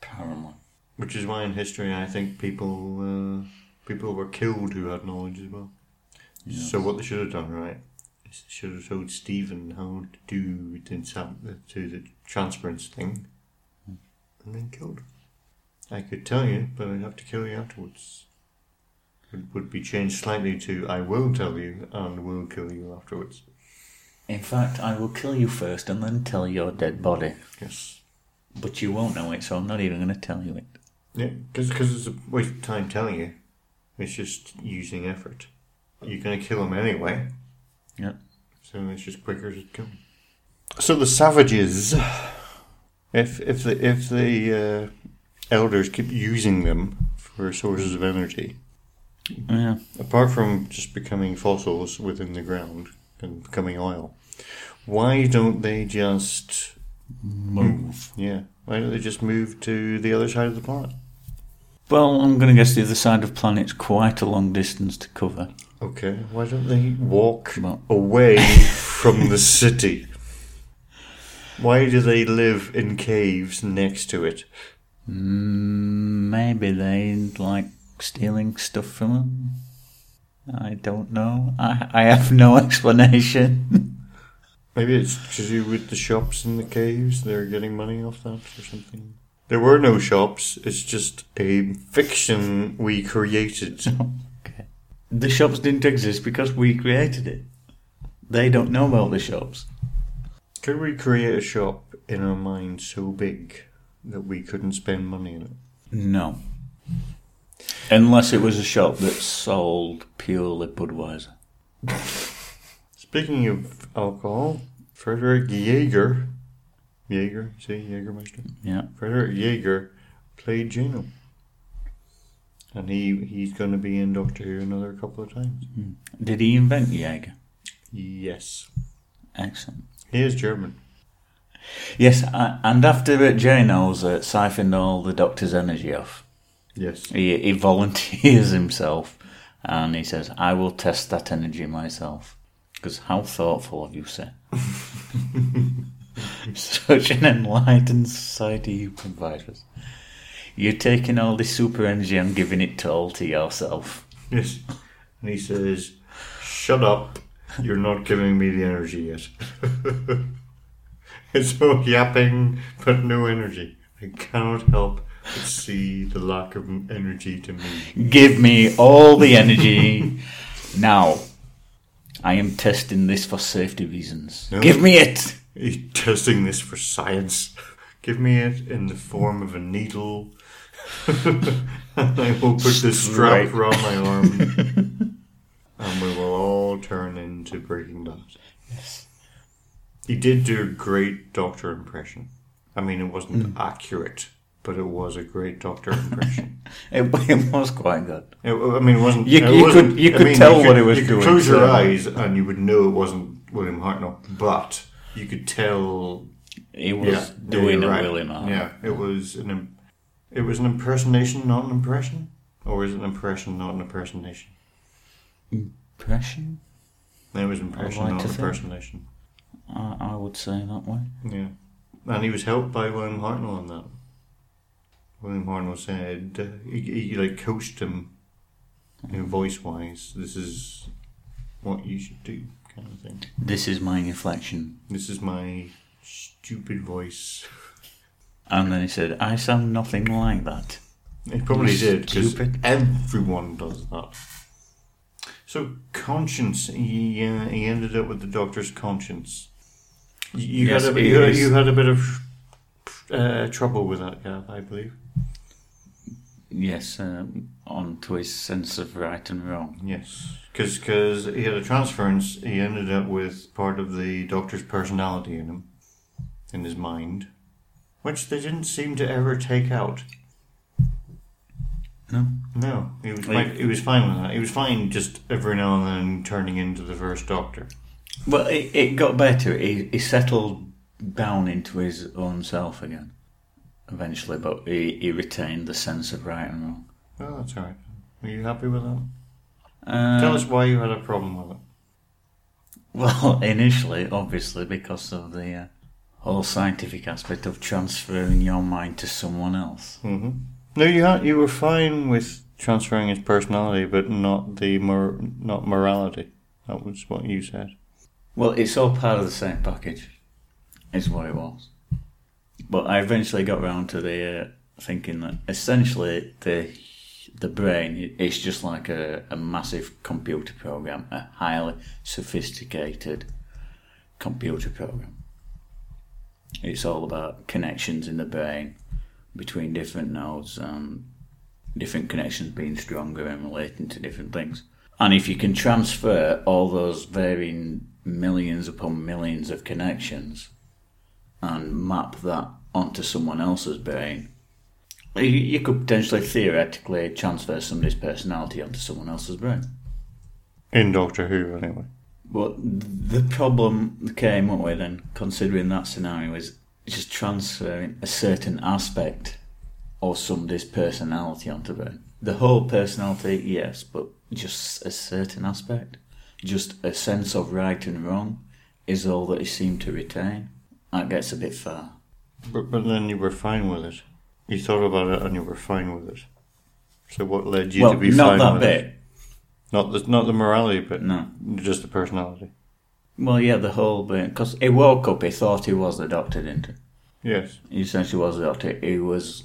Speaker 2: Apparently.
Speaker 1: Which is why in history, I think people uh, people were killed who had knowledge as well. So what they should have done, right? Is they should have told Stephen how to do the, sam- uh, to the transference thing, and then killed. him. I could tell you, but I'd have to kill you afterwards. It would be changed slightly to "I will tell you and will kill you afterwards."
Speaker 2: In fact, I will kill you first and then tell your dead body.
Speaker 1: Yes.
Speaker 2: But you won't know it, so I'm not even going to tell you it.
Speaker 1: Yeah, because it's a waste of time telling you. It's just using effort. You're going to kill him anyway,
Speaker 2: Yeah.
Speaker 1: so it's just quicker to kill him. So the savages, if if the if the uh, elders keep using them for sources of energy,
Speaker 2: Yeah.
Speaker 1: apart from just becoming fossils within the ground and becoming oil, why don't they just
Speaker 2: Move.
Speaker 1: yeah? Why don't they just move to the other side of the planet?
Speaker 2: Well, I'm going to guess the other side of planet's quite a long distance to cover.
Speaker 1: Okay, why don't they walk
Speaker 2: Well-
Speaker 1: away from the city? Why do they live in caves next to it?
Speaker 2: Mm, Maybe they like stealing stuff from him. I don't know. I I have no <laughs> explanation.
Speaker 1: Maybe it's to do with the shops in the caves, they're getting money off that or something. There were no shops, it's just a fiction we created.
Speaker 2: okay. The shops didn't exist because we created it. They don't know about the shops.
Speaker 1: Could we create a shop in our mind so big that we couldn't spend money in it?
Speaker 2: No. Unless it was a shop that sold purely Budweiser.
Speaker 1: Speaking of alcohol, Frederick Jaeger. Jaeger, see, Jaegermeister?
Speaker 2: Yeah.
Speaker 1: Frederick Jaeger played Geno. And he, he's going to be in Doctor Who another couple of times.
Speaker 2: Did he invent Jaeger?
Speaker 1: Yes.
Speaker 2: Excellent.
Speaker 1: He is German.
Speaker 2: Yes, a- and after uh, Jano's uh, siphoned all the doctor's energy off,
Speaker 1: Yes.
Speaker 2: He, he volunteers <laughs> himself and he says, I will test that energy myself. Because how thoughtful of you, sir.
Speaker 1: <laughs>
Speaker 2: Such an enlightened society you provide us. You're taking all this super energy and giving it all to yourself.
Speaker 1: Yes. And he says, Shut up. You're not giving me the energy yet. <laughs> it's all yapping, but no energy. I cannot help but see the lack of energy to me.
Speaker 2: Give me all
Speaker 1: <laughs>
Speaker 2: the energy now. I am testing this for safety reasons.
Speaker 1: No.
Speaker 2: Give me it! <laughs>
Speaker 1: He's testing this for science. Give me it in the form of a needle. <laughs> and I will put this
Speaker 2: Straight.
Speaker 1: strap around my arm.
Speaker 2: <laughs>
Speaker 1: and we will all turn into Breaking Bad.
Speaker 2: Yes. Mm.
Speaker 1: He did do a great Doctor impression. I mean, it wasn't accurate, but it was a great Doctor impression. <laughs>
Speaker 2: It, it was quite good.
Speaker 1: It- I mean, it wasn't.
Speaker 2: You-
Speaker 1: it
Speaker 2: you
Speaker 1: wasn't-
Speaker 2: could- you
Speaker 1: I
Speaker 2: could
Speaker 1: mean,
Speaker 2: tell what it was
Speaker 1: you
Speaker 2: doing,
Speaker 1: Could close your
Speaker 2: so-
Speaker 1: eyes and you would know it wasn't William Hartnell, but you could tell.
Speaker 2: He was
Speaker 1: Yeah,
Speaker 2: doing
Speaker 1: you're
Speaker 2: a
Speaker 1: right.
Speaker 2: William Hart.
Speaker 1: Yeah, it was an. im- It was an impersonation, not an impression, or is it an impression, not an impersonation?
Speaker 2: Impression?
Speaker 1: It was impression,
Speaker 2: like
Speaker 1: not
Speaker 2: to
Speaker 1: an
Speaker 2: think.
Speaker 1: impersonation.
Speaker 2: I, I would say that way.
Speaker 1: Yeah, and he was helped by William Hartnell on that. William Hartnell said uh, he, he like coached him, you know, voice wise. This is what you should do, kind of thing.
Speaker 2: This is my reflection.
Speaker 1: This is my stupid voice.
Speaker 2: And then he said, I sound nothing like that.
Speaker 1: It probably did because
Speaker 2: Stupid.
Speaker 1: everyone does that. So conscience, he, uh, he ended up with the doctor's conscience. You, you
Speaker 2: Yes,
Speaker 1: had a,
Speaker 2: it
Speaker 1: you, had,
Speaker 2: is.
Speaker 1: you had a bit of uh, trouble with that, yeah, I believe.
Speaker 2: Yes, uh, on to his sense of right and wrong.
Speaker 1: Yes, because he had a transference, he ended up with part of the doctor's personality in him, in his mind, which they didn't seem to ever take out.
Speaker 2: No?
Speaker 1: No, he was
Speaker 2: Like-
Speaker 1: fine, he was fine with that. He was fine just every now and then turning into the first doctor.
Speaker 2: Well, it, it got better. He, he settled down into his own self again, eventually, but he, he retained the sense of right and wrong.
Speaker 1: Oh, that's all right. Are you happy with that?
Speaker 2: Uh, <laughs>
Speaker 1: Tell us why you had a problem with it.
Speaker 2: Well, initially, obviously, because of the uh, whole scientific aspect of transferring your mind to someone else.
Speaker 1: Mm-hmm. No, you had, you were fine with transferring his personality, but not the mor- not morality. That was what you said.
Speaker 2: Well, it's all part of the same package, is what it was. But I eventually got round to the uh, thinking that essentially the the brain i- it's just like a, a massive computer program, a highly sophisticated computer program. It's all about connections in the brain between different nodes and different connections being stronger and relating to different things. And if you can transfer all those varying millions upon millions of connections and map that onto someone else's brain, you, you could potentially theoretically transfer somebody's personality onto someone else's brain.
Speaker 1: In Doctor Who, anyway.
Speaker 2: But the problem that came up with, and considering that scenario, is just transferring a certain aspect of somebody's personality onto them. The whole personality, yes, but just a certain aspect, just a sense of right and wrong, is all that he seemed to retain. That gets a bit far.
Speaker 1: But, but then you were fine with it. You thought about it and you were fine with it. So what led you
Speaker 2: well,
Speaker 1: to be
Speaker 2: not
Speaker 1: fine
Speaker 2: that
Speaker 1: with
Speaker 2: bit.
Speaker 1: it?
Speaker 2: Mm.
Speaker 1: Not the not the morality, but
Speaker 2: No.
Speaker 1: just the personality.
Speaker 2: Well, yeah, the whole bit. Because he woke up, he thought he was the doctor, didn't he?
Speaker 1: Yes.
Speaker 2: He essentially was a doctor. He was,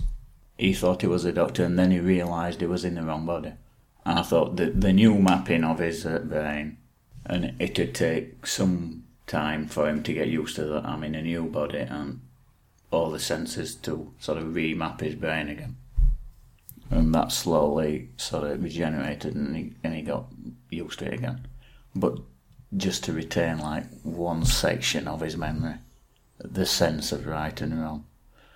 Speaker 2: he thought he was a doctor, and then he realised he was in the wrong body. And I thought the the new mapping of his uh, brain, and it'd take some time for him to get used to that I'm in a new body and all the senses to sort of remap his brain again. And that slowly sort of regenerated, and he and he got used to it again. But just to retain like one section of his memory, the sense of right and wrong.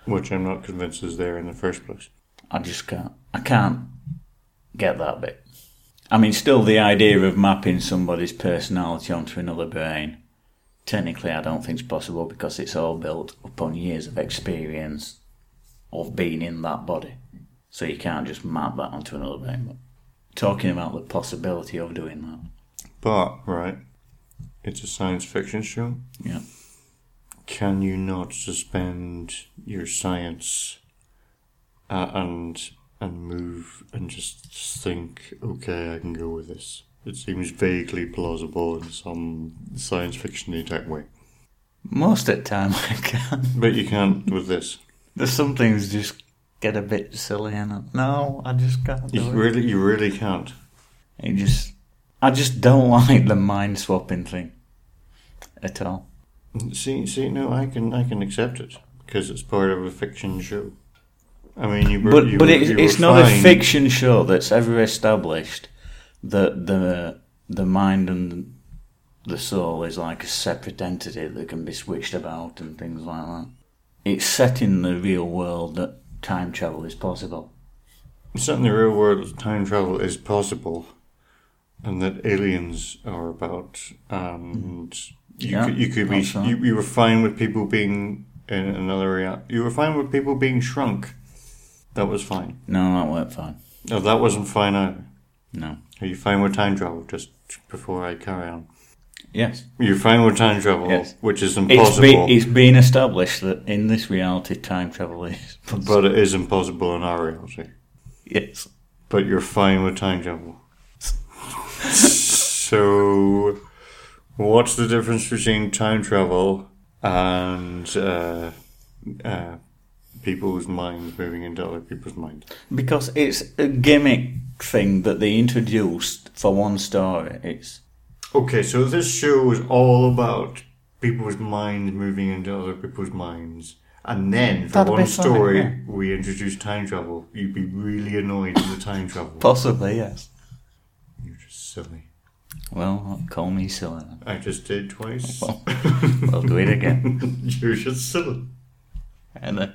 Speaker 1: Which I'm not convinced is there in the first place.
Speaker 2: I just can't. I can't get that bit. I mean, still the idea of mapping somebody's personality onto another brain. Technically, I don't think it's possible because it's all built upon years of experience of being in that body. So you can't just map that onto another brain. But talking about the possibility of doing that,
Speaker 1: But right, it's a science fiction show.
Speaker 2: yeah.
Speaker 1: Can you not suspend your science uh, and and move and just think? Okay, I can go with this. It seems vaguely plausible in some science fiction type way.
Speaker 2: Most of the time, <laughs> I can.
Speaker 1: But you can't with this.
Speaker 2: There's some things just get a bit silly, and I- no, I just can't. Do
Speaker 1: You
Speaker 2: it.
Speaker 1: really, you really can't.
Speaker 2: It just, I just don't <laughs> like the mind swapping thing at all.
Speaker 1: See, see, no, I can, I can accept it because it's part of a fiction show. I mean, you, were,
Speaker 2: But
Speaker 1: you
Speaker 2: but
Speaker 1: were-
Speaker 2: it's,
Speaker 1: you were
Speaker 2: it's not a
Speaker 1: fine.
Speaker 2: fiction show that's ever established that the the mind and the soul is like a separate entity that can be switched about and things like that. It's set in the real world that time travel is possible.
Speaker 1: set in the real world, time travel is possible, and that aliens are about, um, and you
Speaker 2: Mm-hmm. Yeah,
Speaker 1: could, you could be
Speaker 2: also.
Speaker 1: you, you were fine with people being in another rea- You were fine with people being shrunk. That was fine.
Speaker 2: No, that worked fine.
Speaker 1: No, that wasn't fine either.
Speaker 2: No.
Speaker 1: Are you fine with time travel? Just before I carry on,
Speaker 2: Yes.
Speaker 1: you're fine with time travel,
Speaker 2: Yes.
Speaker 1: which is
Speaker 2: It's,
Speaker 1: impossible.
Speaker 2: be, it's been established that in this reality, time travel is <laughs> possible.
Speaker 1: but it is impossible in our reality.
Speaker 2: Yes.
Speaker 1: But you're fine with time travel. <laughs> so, what's the difference between time travel and uh, uh, people's minds moving into other people's minds?
Speaker 2: Because it's a gimmick thing that they introduced for one story. It's
Speaker 1: Okay, so this show is all about people's minds moving into other people's minds. And then, for
Speaker 2: That'd
Speaker 1: one
Speaker 2: be funny,
Speaker 1: story,
Speaker 2: yeah.
Speaker 1: we introduce time travel. You'd be really annoyed at the time
Speaker 2: <laughs>
Speaker 1: travel.
Speaker 2: possibly, yes.
Speaker 1: You're just silly.
Speaker 2: Well, call me silly. then.
Speaker 1: I just did twice. <laughs>
Speaker 2: I'll do it again.
Speaker 1: You're just silly.
Speaker 2: And then,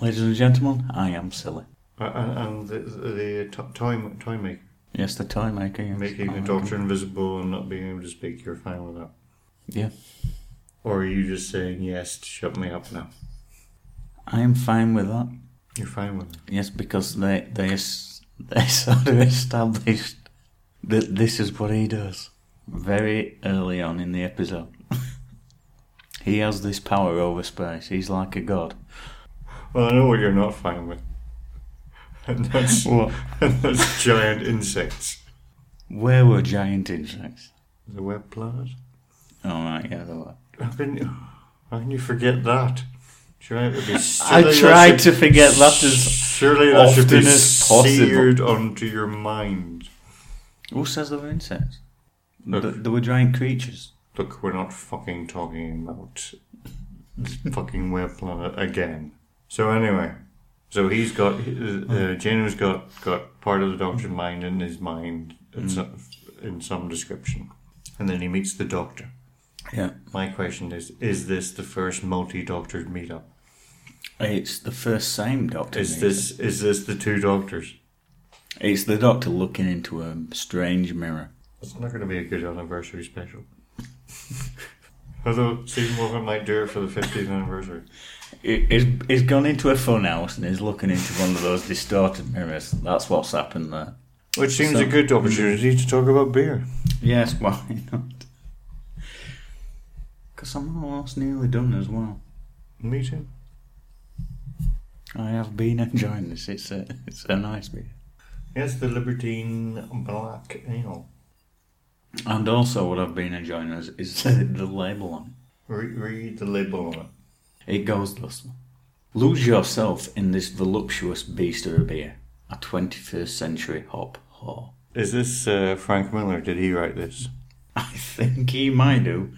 Speaker 2: ladies and gentlemen, I am silly.
Speaker 1: Uh, and and the, the to- toy, ma- toy maker,
Speaker 2: Yes, the toy maker. yes. Oh,
Speaker 1: making the doctor invisible and not being able to speak, you're fine with that.
Speaker 2: Yeah.
Speaker 1: Or are you just saying yes to shut me up now?
Speaker 2: I am fine with that.
Speaker 1: You're fine with that.
Speaker 2: Yes, because they they es- they <laughs> sort of established that this is what he does very early on in the episode. <laughs> he has this power over space. He's like a god.
Speaker 1: Well, I know what you're not fine with. <laughs> And that's,
Speaker 2: What?
Speaker 1: <laughs> and that's giant insects.
Speaker 2: Where were giant insects?
Speaker 1: The web planet?
Speaker 2: Oh right, yeah, they were.
Speaker 1: How can you, how can you forget that? Surely that would be
Speaker 2: <laughs> I
Speaker 1: surely that
Speaker 2: tried
Speaker 1: should-
Speaker 2: to forget that as
Speaker 1: Surely that should be
Speaker 2: often as possible.
Speaker 1: seared onto your mind.
Speaker 2: who says they were insects?
Speaker 1: Look.
Speaker 2: Th- they were giant creatures.
Speaker 1: Look, we're not fucking talking about the fucking web planet again. So anyway, so he's got uh, Geno's got got part of the Doctor's mind in his mind in, some, in some description, and then he meets the Doctor.
Speaker 2: Yeah.
Speaker 1: My question is: Is this the first multi-doctored meetup?
Speaker 2: It's the first same doctor.
Speaker 1: Is
Speaker 2: meeting.
Speaker 1: this is this the two Doctors?
Speaker 2: It's the doctor looking into a strange mirror.
Speaker 1: It's not going to be a good anniversary special. Although Stephen Wolfen might do it for the 50th anniversary.
Speaker 2: He's, he's gone into a fun house and he's looking into one of those distorted mirrors. That's what's happened there.
Speaker 1: Which seems
Speaker 2: So-
Speaker 1: a good opportunity to talk about beer.
Speaker 2: Yes, why not? Because I'm almost nearly done as well.
Speaker 1: Me too.
Speaker 2: I have been enjoying this. It's a, it's a nice beer.
Speaker 1: Yes, the Libertine Black Ale.
Speaker 2: And also, what I've been enjoying is, is the, the label on
Speaker 1: Re- read the label on it.
Speaker 2: it. It goes thus Lose yourself in this voluptuous beast of a beer, a 21st century hop whore. <laughs>
Speaker 1: Is this uh, Frank Miller? Did he write this?
Speaker 2: I think he might do.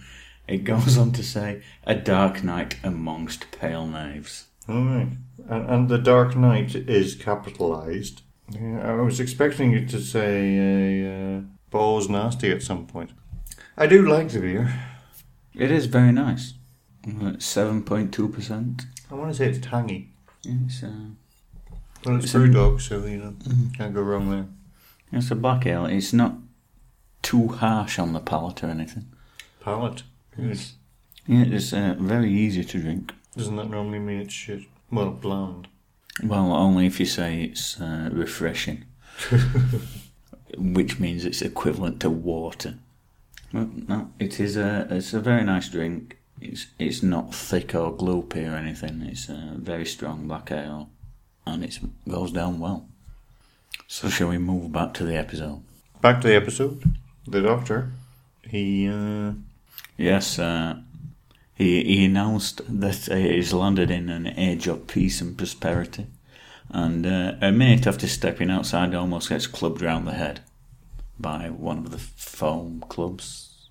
Speaker 2: It goes on to say, a dark night amongst pale knaves.
Speaker 1: All right. And, and the Dark Knight is capitalized. Yeah, I was expecting you to say uh, uh, balls nasty at some point. I do like the beer.
Speaker 2: It is very nice. Uh, 7.2%.
Speaker 1: I want to say it's tangy.
Speaker 2: It's a,
Speaker 1: Well, it's
Speaker 2: It's a-
Speaker 1: Brewdog, so you know can't go wrong there.
Speaker 2: it's a black ale. It's not too harsh on the palate or anything.
Speaker 1: Palate. Yes.
Speaker 2: Yeah, it's uh, very easy to drink.
Speaker 1: Doesn't that normally mean it's shit? Well, bland.
Speaker 2: Well, only if you say it's uh, <laughs> refreshing, which means it's equivalent to water. Well, no, it is a it's a very nice drink. It's it's not thick or gloopy or anything. It's a very strong black ale, and it goes down well. So shall we move back to the episode?
Speaker 1: Back to the episode. The doctor. He uh,
Speaker 2: Yes, uh, he, he announced that uh, he's landed in an age of peace and prosperity. And uh, a minute after stepping outside, he almost gets clubbed round the head by one of the foam clubs.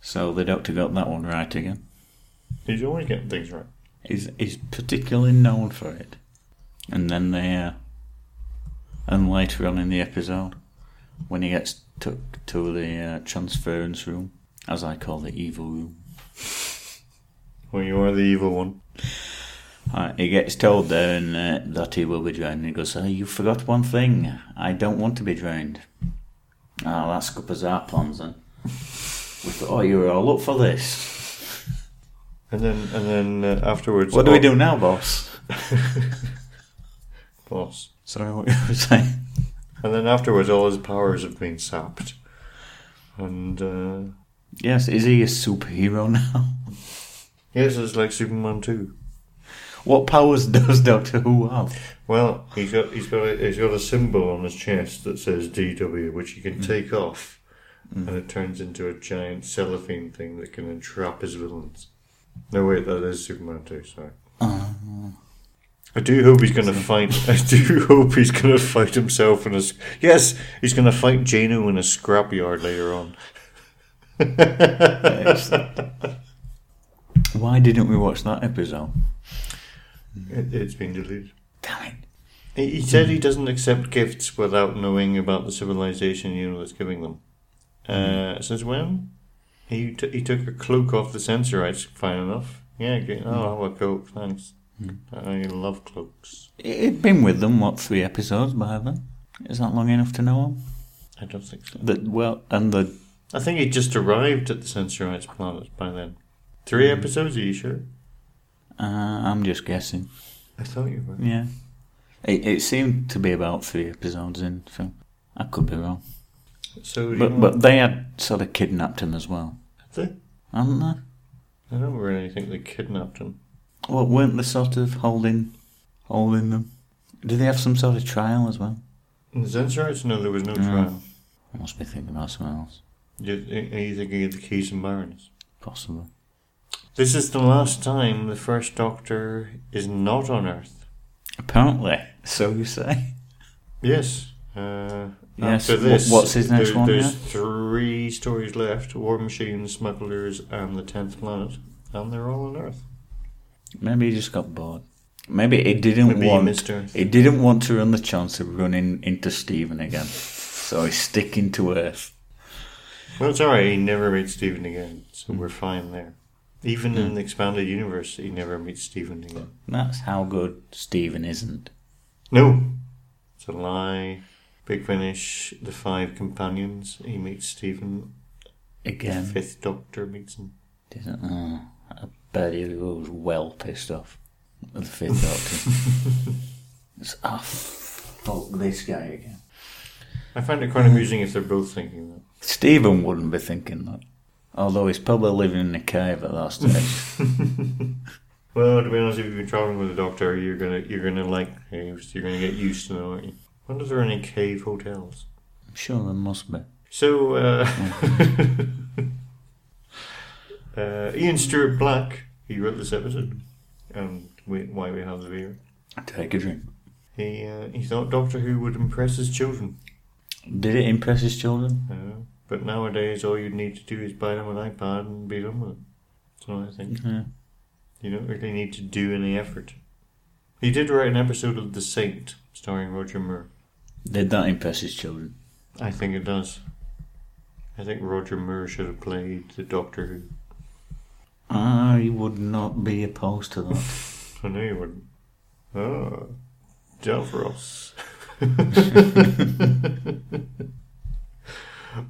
Speaker 2: So the doctor got that one right again.
Speaker 1: he's always getting things right.
Speaker 2: He's, he's particularly known for it. And then they, uh, and later on in the episode, when he gets took to the uh, transference room, as I call the evil room.
Speaker 1: Well, you are the evil one.
Speaker 2: Uh, he gets told then uh, that he will be drowned. He goes, oh, "You forgot one thing. I don't want to be drowned." Ah, oh, that scuppers our plans then. We thought, "Oh, you were all up for this.
Speaker 1: And then and then uh, afterwards.
Speaker 2: What do we do now, boss?"
Speaker 1: Boss.
Speaker 2: Sorry, what you were saying.
Speaker 1: And then afterwards, all his powers have been sapped. And uh,
Speaker 2: Yes, is he a superhero now?
Speaker 1: yes, it's like Superman two.
Speaker 2: What powers does Doctor Who have? <laughs>
Speaker 1: Well, he's got he's got a, he's got a symbol on his chest that says DW, which he can take off, and it turns into a giant cellophane thing that can entrap his villains. No, wait, that is Superman two. Sorry. I do hope he's going to fight. I do <laughs> hope he's going to fight himself in a. s- Yes, he's going to fight Janu in a scrapyard later on.
Speaker 2: Why didn't we watch that episode?
Speaker 1: It, it's been deleted.
Speaker 2: Damn it.
Speaker 1: He he said he doesn't accept gifts without knowing about the civilization you know that's giving them. Uh, since when? He t- he took a cloak off the sensorites. Fine enough. Yeah. Great. Oh, have a cloak. Thanks. I love cloaks.
Speaker 2: It'd been with them, what, three episodes by then? Is that long enough to know him?
Speaker 1: I don't think so.
Speaker 2: The, well, and the.
Speaker 1: I think he just arrived at the sensorites planet by then. Three episodes. Are you sure?
Speaker 2: Uh, I'm just guessing.
Speaker 1: I thought you were.
Speaker 2: Yeah. It, it seemed to be about three episodes in, so I could be wrong.
Speaker 1: So do you
Speaker 2: But,
Speaker 1: know-
Speaker 2: but they had sort of kidnapped him as well,
Speaker 1: They-
Speaker 2: hadn't they?
Speaker 1: I don't really think they kidnapped him.
Speaker 2: Well, weren't they sort of holding, holding them? Did they have some sort of trial as well?
Speaker 1: In the sensorites? No, there was no
Speaker 2: Mm.
Speaker 1: trial.
Speaker 2: I must be thinking about something else.
Speaker 1: You, are you thinking of the keys and barons?
Speaker 2: Possibly.
Speaker 1: This is the last time the first Doctor is not on Earth.
Speaker 2: Apparently, <laughs> so you say.
Speaker 1: Yes. Uh,
Speaker 2: Yes,
Speaker 1: After
Speaker 2: wh-
Speaker 1: this,
Speaker 2: what's his next one,
Speaker 1: There's
Speaker 2: yeah?
Speaker 1: three stories left: War Machine, Smugglers, and the Tenth Planet, and they're all on Earth.
Speaker 2: Maybe he just got bored. Maybe he didn't
Speaker 1: Maybe he
Speaker 2: want.
Speaker 1: missed Earth.
Speaker 2: He didn't want to run the chance of running into Stephen again, so he's sticking to Earth.
Speaker 1: Well, it's alright. He never meets Stephen again,
Speaker 2: Hmm.
Speaker 1: so we're fine there. Even in the expanded universe, he never meets Stephen again.
Speaker 2: That's how good Stephen isn't.
Speaker 1: No, it's a lie. Big Finish, the Five Companions. He meets Stephen.
Speaker 2: Again,
Speaker 1: Fifth Doctor meets him.
Speaker 2: didn't. Oh, I bet he was well pissed off. with The fifth doctor. <laughs> it's, oh, fuck this guy again.
Speaker 1: I find it quite amusing if they're both thinking that.
Speaker 2: Stephen wouldn't be thinking that. Although he's probably living in a cave at <laughs> that stage.
Speaker 1: Well, to be honest, if you've been traveling with a doctor, you're gonna you're gonna like caves. You're gonna get used to them, aren't you? Wonder if there are any cave hotels.
Speaker 2: I'm sure there must be.
Speaker 1: So, uh, <laughs> uh, Ian Stewart Black, he wrote this episode, and we, why we have the beer.
Speaker 2: Take a drink.
Speaker 1: He uh, he thought Doctor Who would impress his children,
Speaker 2: Did it impress his children?
Speaker 1: uh, but nowadays all you need to do is buy them an iPad and be done with it. That's what I think.
Speaker 2: Yeah.
Speaker 1: You don't really need to do any effort. He did write an episode of The Saint, starring Roger Moore.
Speaker 2: Did that impress his children?
Speaker 1: I think it does. I think Roger Moore should have played the Doctor Who.
Speaker 2: I would not be opposed to that.
Speaker 1: I know you wouldn't. Oh, Davros. <laughs>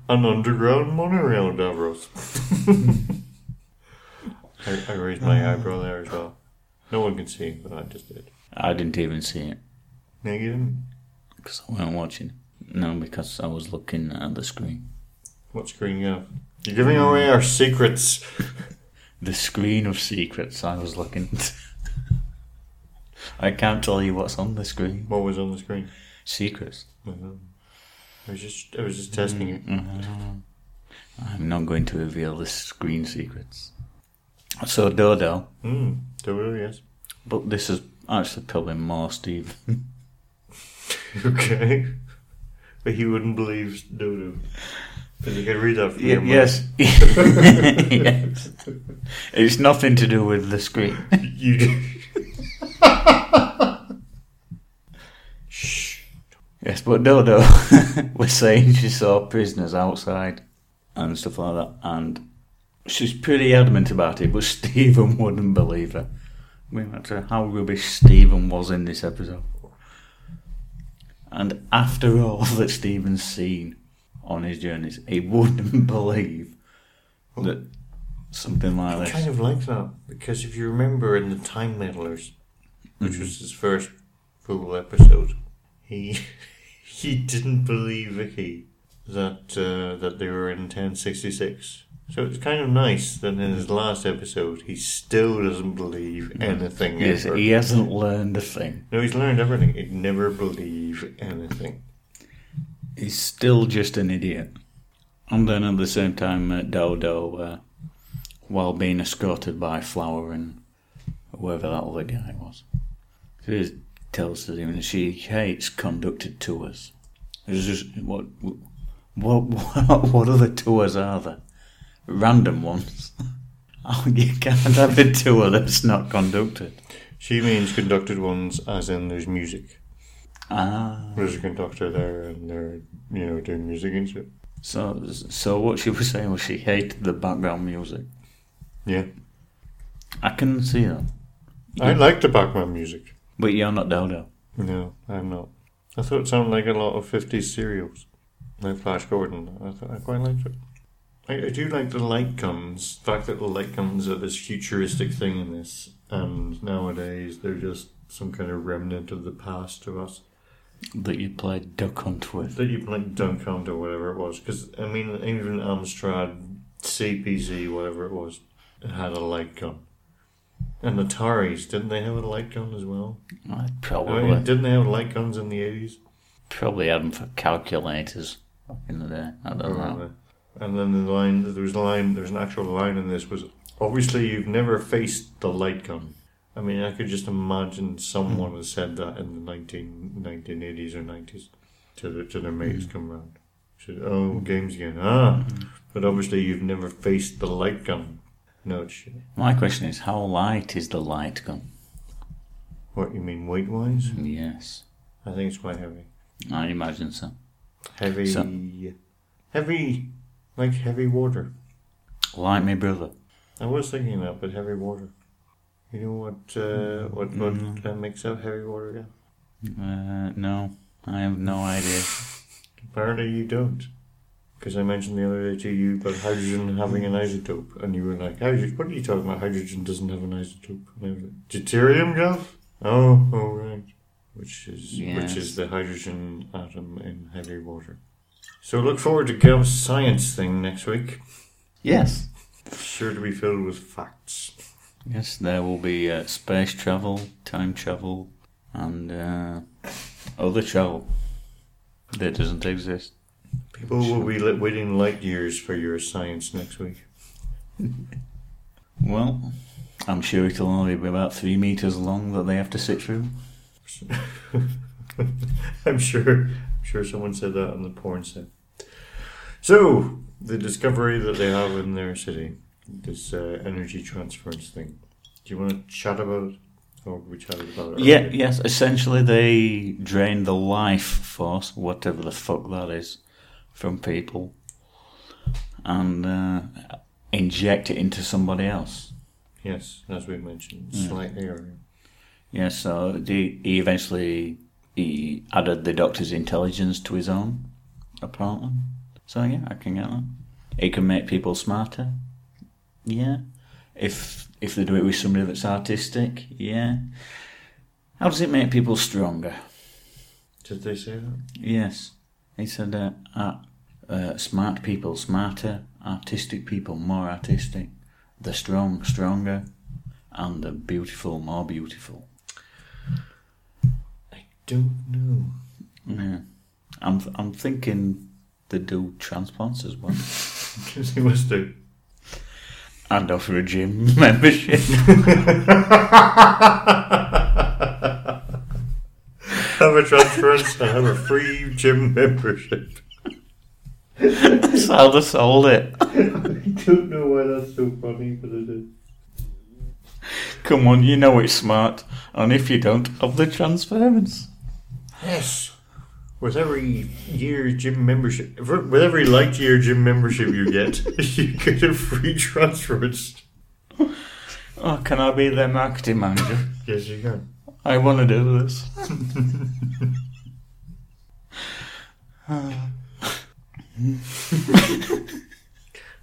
Speaker 1: An underground monorail, Davros. <laughs> I, I raised my eyebrow there as well. No one can see, but I just did.
Speaker 2: I didn't even see it
Speaker 1: No, you didn't.
Speaker 2: because I weren't watching. No, because I was looking at the screen.
Speaker 1: What screen you have? You're giving away our secrets.
Speaker 2: The screen of secrets I was looking <laughs> I can't tell you what's on the screen.
Speaker 1: What was on the screen?
Speaker 2: Secrets.
Speaker 1: I was just, I was just testing you.
Speaker 2: Mhm. I'm not going to reveal the screen secrets. So, Dodo,
Speaker 1: Hmm. Dodo, yes. <laughs>
Speaker 2: but this is actually probably more Steve.
Speaker 1: Okay. But he wouldn't believe Dodo. But you can read that from your
Speaker 2: Y-
Speaker 1: mind.
Speaker 2: yes. <laughs> yes. It's nothing to do with the screen.
Speaker 1: You
Speaker 2: <laughs>
Speaker 1: do. Shh.
Speaker 2: Yes, but Dodo <laughs> was saying she saw prisoners outside and stuff like <laughs> that, and she's pretty adamant about it, but Stephen wouldn't believe her. Going back to how rubbish Stephen was in this episode. And after all <laughs> that Stephen's seen on his journeys, he wouldn't <laughs> believe that something like
Speaker 1: I
Speaker 2: this.
Speaker 1: kind of like that because if you remember in the Time Meddlers, which
Speaker 2: Mm-hmm.
Speaker 1: was his first full episode, Mm-hmm. he <laughs> he didn't believe he that uh, that they were in ten sixty six. So it's kind of nice that in his last episode he still doesn't believe anything.
Speaker 2: Yes,
Speaker 1: ever.
Speaker 2: he uh, hasn't learned a thing.
Speaker 1: No, he's learned everything. He'd never believe anything.
Speaker 2: He's still just an idiot. And then at the same time, uh, Dodo, uh, while being escorted by Flower and whoever that other guy was, she tells him that she hates conducted tours. It's just, what, what, <laughs> what, what other tours are there? Random ones. <laughs> Oh, you can't have a tour that's not conducted.
Speaker 1: She means conducted ones, as in there's music.
Speaker 2: Ah.
Speaker 1: There's a conductor there, and they're you know doing music and shit.
Speaker 2: So, so what she was saying was she hated the background music.
Speaker 1: Yeah,
Speaker 2: I can see that.
Speaker 1: I like the background music.
Speaker 2: But you're not Dodo.
Speaker 1: No, I'm not. I thought it sounded like a lot of 50s serials. No Flash Gordon. I thought I quite liked it. I, I do like the light guns. The fact that the light guns are this futuristic thing in this, and nowadays they're just some kind of remnant of the past to us.
Speaker 2: That you played Duck Hunt with.
Speaker 1: That you like Dunk Hunt or whatever it was, because I mean, even Amstrad, CPZ, whatever it was, had a light gun. And Atari's, didn't they have a light gun as well?
Speaker 2: I
Speaker 1: I
Speaker 2: probably
Speaker 1: mean, didn't they have light guns in the 80s?
Speaker 2: probably had them for calculators back in the day. I don't know.
Speaker 1: Apparently. And then the line there was a line there's an actual line in this was obviously you've never faced the light gun. I mean I could just imagine someone has said that in the 19, 1980s or nineties to their to their mates come round. Said, Oh, games again. Ah but obviously you've never faced the light gun. No it's shit.
Speaker 2: My question is, how light is the light gun?
Speaker 1: What you mean weight
Speaker 2: Hmm.
Speaker 1: wise?
Speaker 2: Yes,
Speaker 1: I think it's quite heavy.
Speaker 2: I imagine so.
Speaker 1: Heavy
Speaker 2: So-
Speaker 1: heavy like heavy water.
Speaker 2: Like my brother.
Speaker 1: I was thinking that, but heavy water. You know what? Uh, what what uh, makes up heavy water? Again?
Speaker 2: Uh, no, I have no idea.
Speaker 1: Apparently, you don't, because I mentioned the other day to you about hydrogen having an isotope, and you were like, "Hydrogen? What are you talking about? Hydrogen doesn't have an isotope." And I was like, "Deuterium, Gav? Oh, oh, right. Which is which
Speaker 2: Yes.
Speaker 1: is the hydrogen atom in heavy water." So look forward to Gav's science thing next week.
Speaker 2: Yes.
Speaker 1: Sure to be filled with facts.
Speaker 2: Yes, there will be uh, space travel, time travel, and uh, other travel that doesn't exist.
Speaker 1: People will be li- waiting light years for your science next week.
Speaker 2: Well, I'm sure it'll only be about three meters long that they have to sit through.
Speaker 1: <laughs> I'm sure. I'm sure someone said that on the porn set. So the discovery that they have in their city, this uh, energy transference thing. Do you want to chat about it, or we chatted about it?
Speaker 2: Yeah,
Speaker 1: earlier?
Speaker 2: yes. Essentially, they drain the life force, whatever the fuck that is, from people, and uh, inject it into somebody else.
Speaker 1: Yes, as we mentioned slightly earlier.
Speaker 2: Yeah, so the, he eventually he added the doctor's intelligence to his own, apparently. So yeah, I can get that. It can make people smarter. Yeah. If if they do it with somebody that's artistic, yeah. How does it make people stronger?
Speaker 1: Did they say that?
Speaker 2: Yes. He said uh, uh, uh, smart people smarter, artistic people more artistic, the strong stronger, and the beautiful more beautiful.
Speaker 1: I don't know. <laughs>
Speaker 2: Yeah, I'm I'm thinking they do transplants as well, <laughs>
Speaker 1: Because he must do. <laughs>
Speaker 2: and offer a gym <laughs> membership.
Speaker 1: Have a transference. and have a free gym membership.
Speaker 2: That's how they sold it.
Speaker 1: <laughs> I don't know why that's so funny, but it is.
Speaker 2: Come on, you know it's smart, and if you don't, have the transference.
Speaker 1: Yes. With every year gym membership, for- with every light <laughs> year gym membership you get, you get a free transference.
Speaker 2: Oh, can I be their marketing manager?
Speaker 1: Yes, you can.
Speaker 2: I want to do <laughs> this.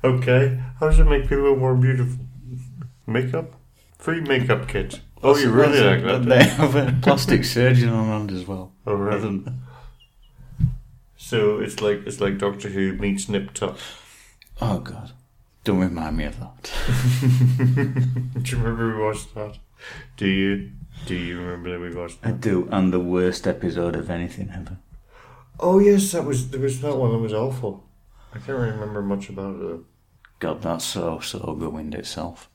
Speaker 1: Okay. How does it make people more beautiful? Makeup? Free makeup kit. Oh, you really like that?
Speaker 2: They have a plastic surgeon on hand as well.
Speaker 1: Oh, right.
Speaker 2: Doesn't-
Speaker 1: So it's like it's like Doctor Who meets Nip Tuck. <laughs>
Speaker 2: Oh, God. Don't remind me of that.
Speaker 1: Do you remember we watched that? Do you? Do you remember that we watched
Speaker 2: I
Speaker 1: that?
Speaker 2: do, and the worst episode of anything ever.
Speaker 1: Oh yes, that was there was that one that was awful. I can't remember much about it. Though.
Speaker 2: God, that's so, so ruined itself.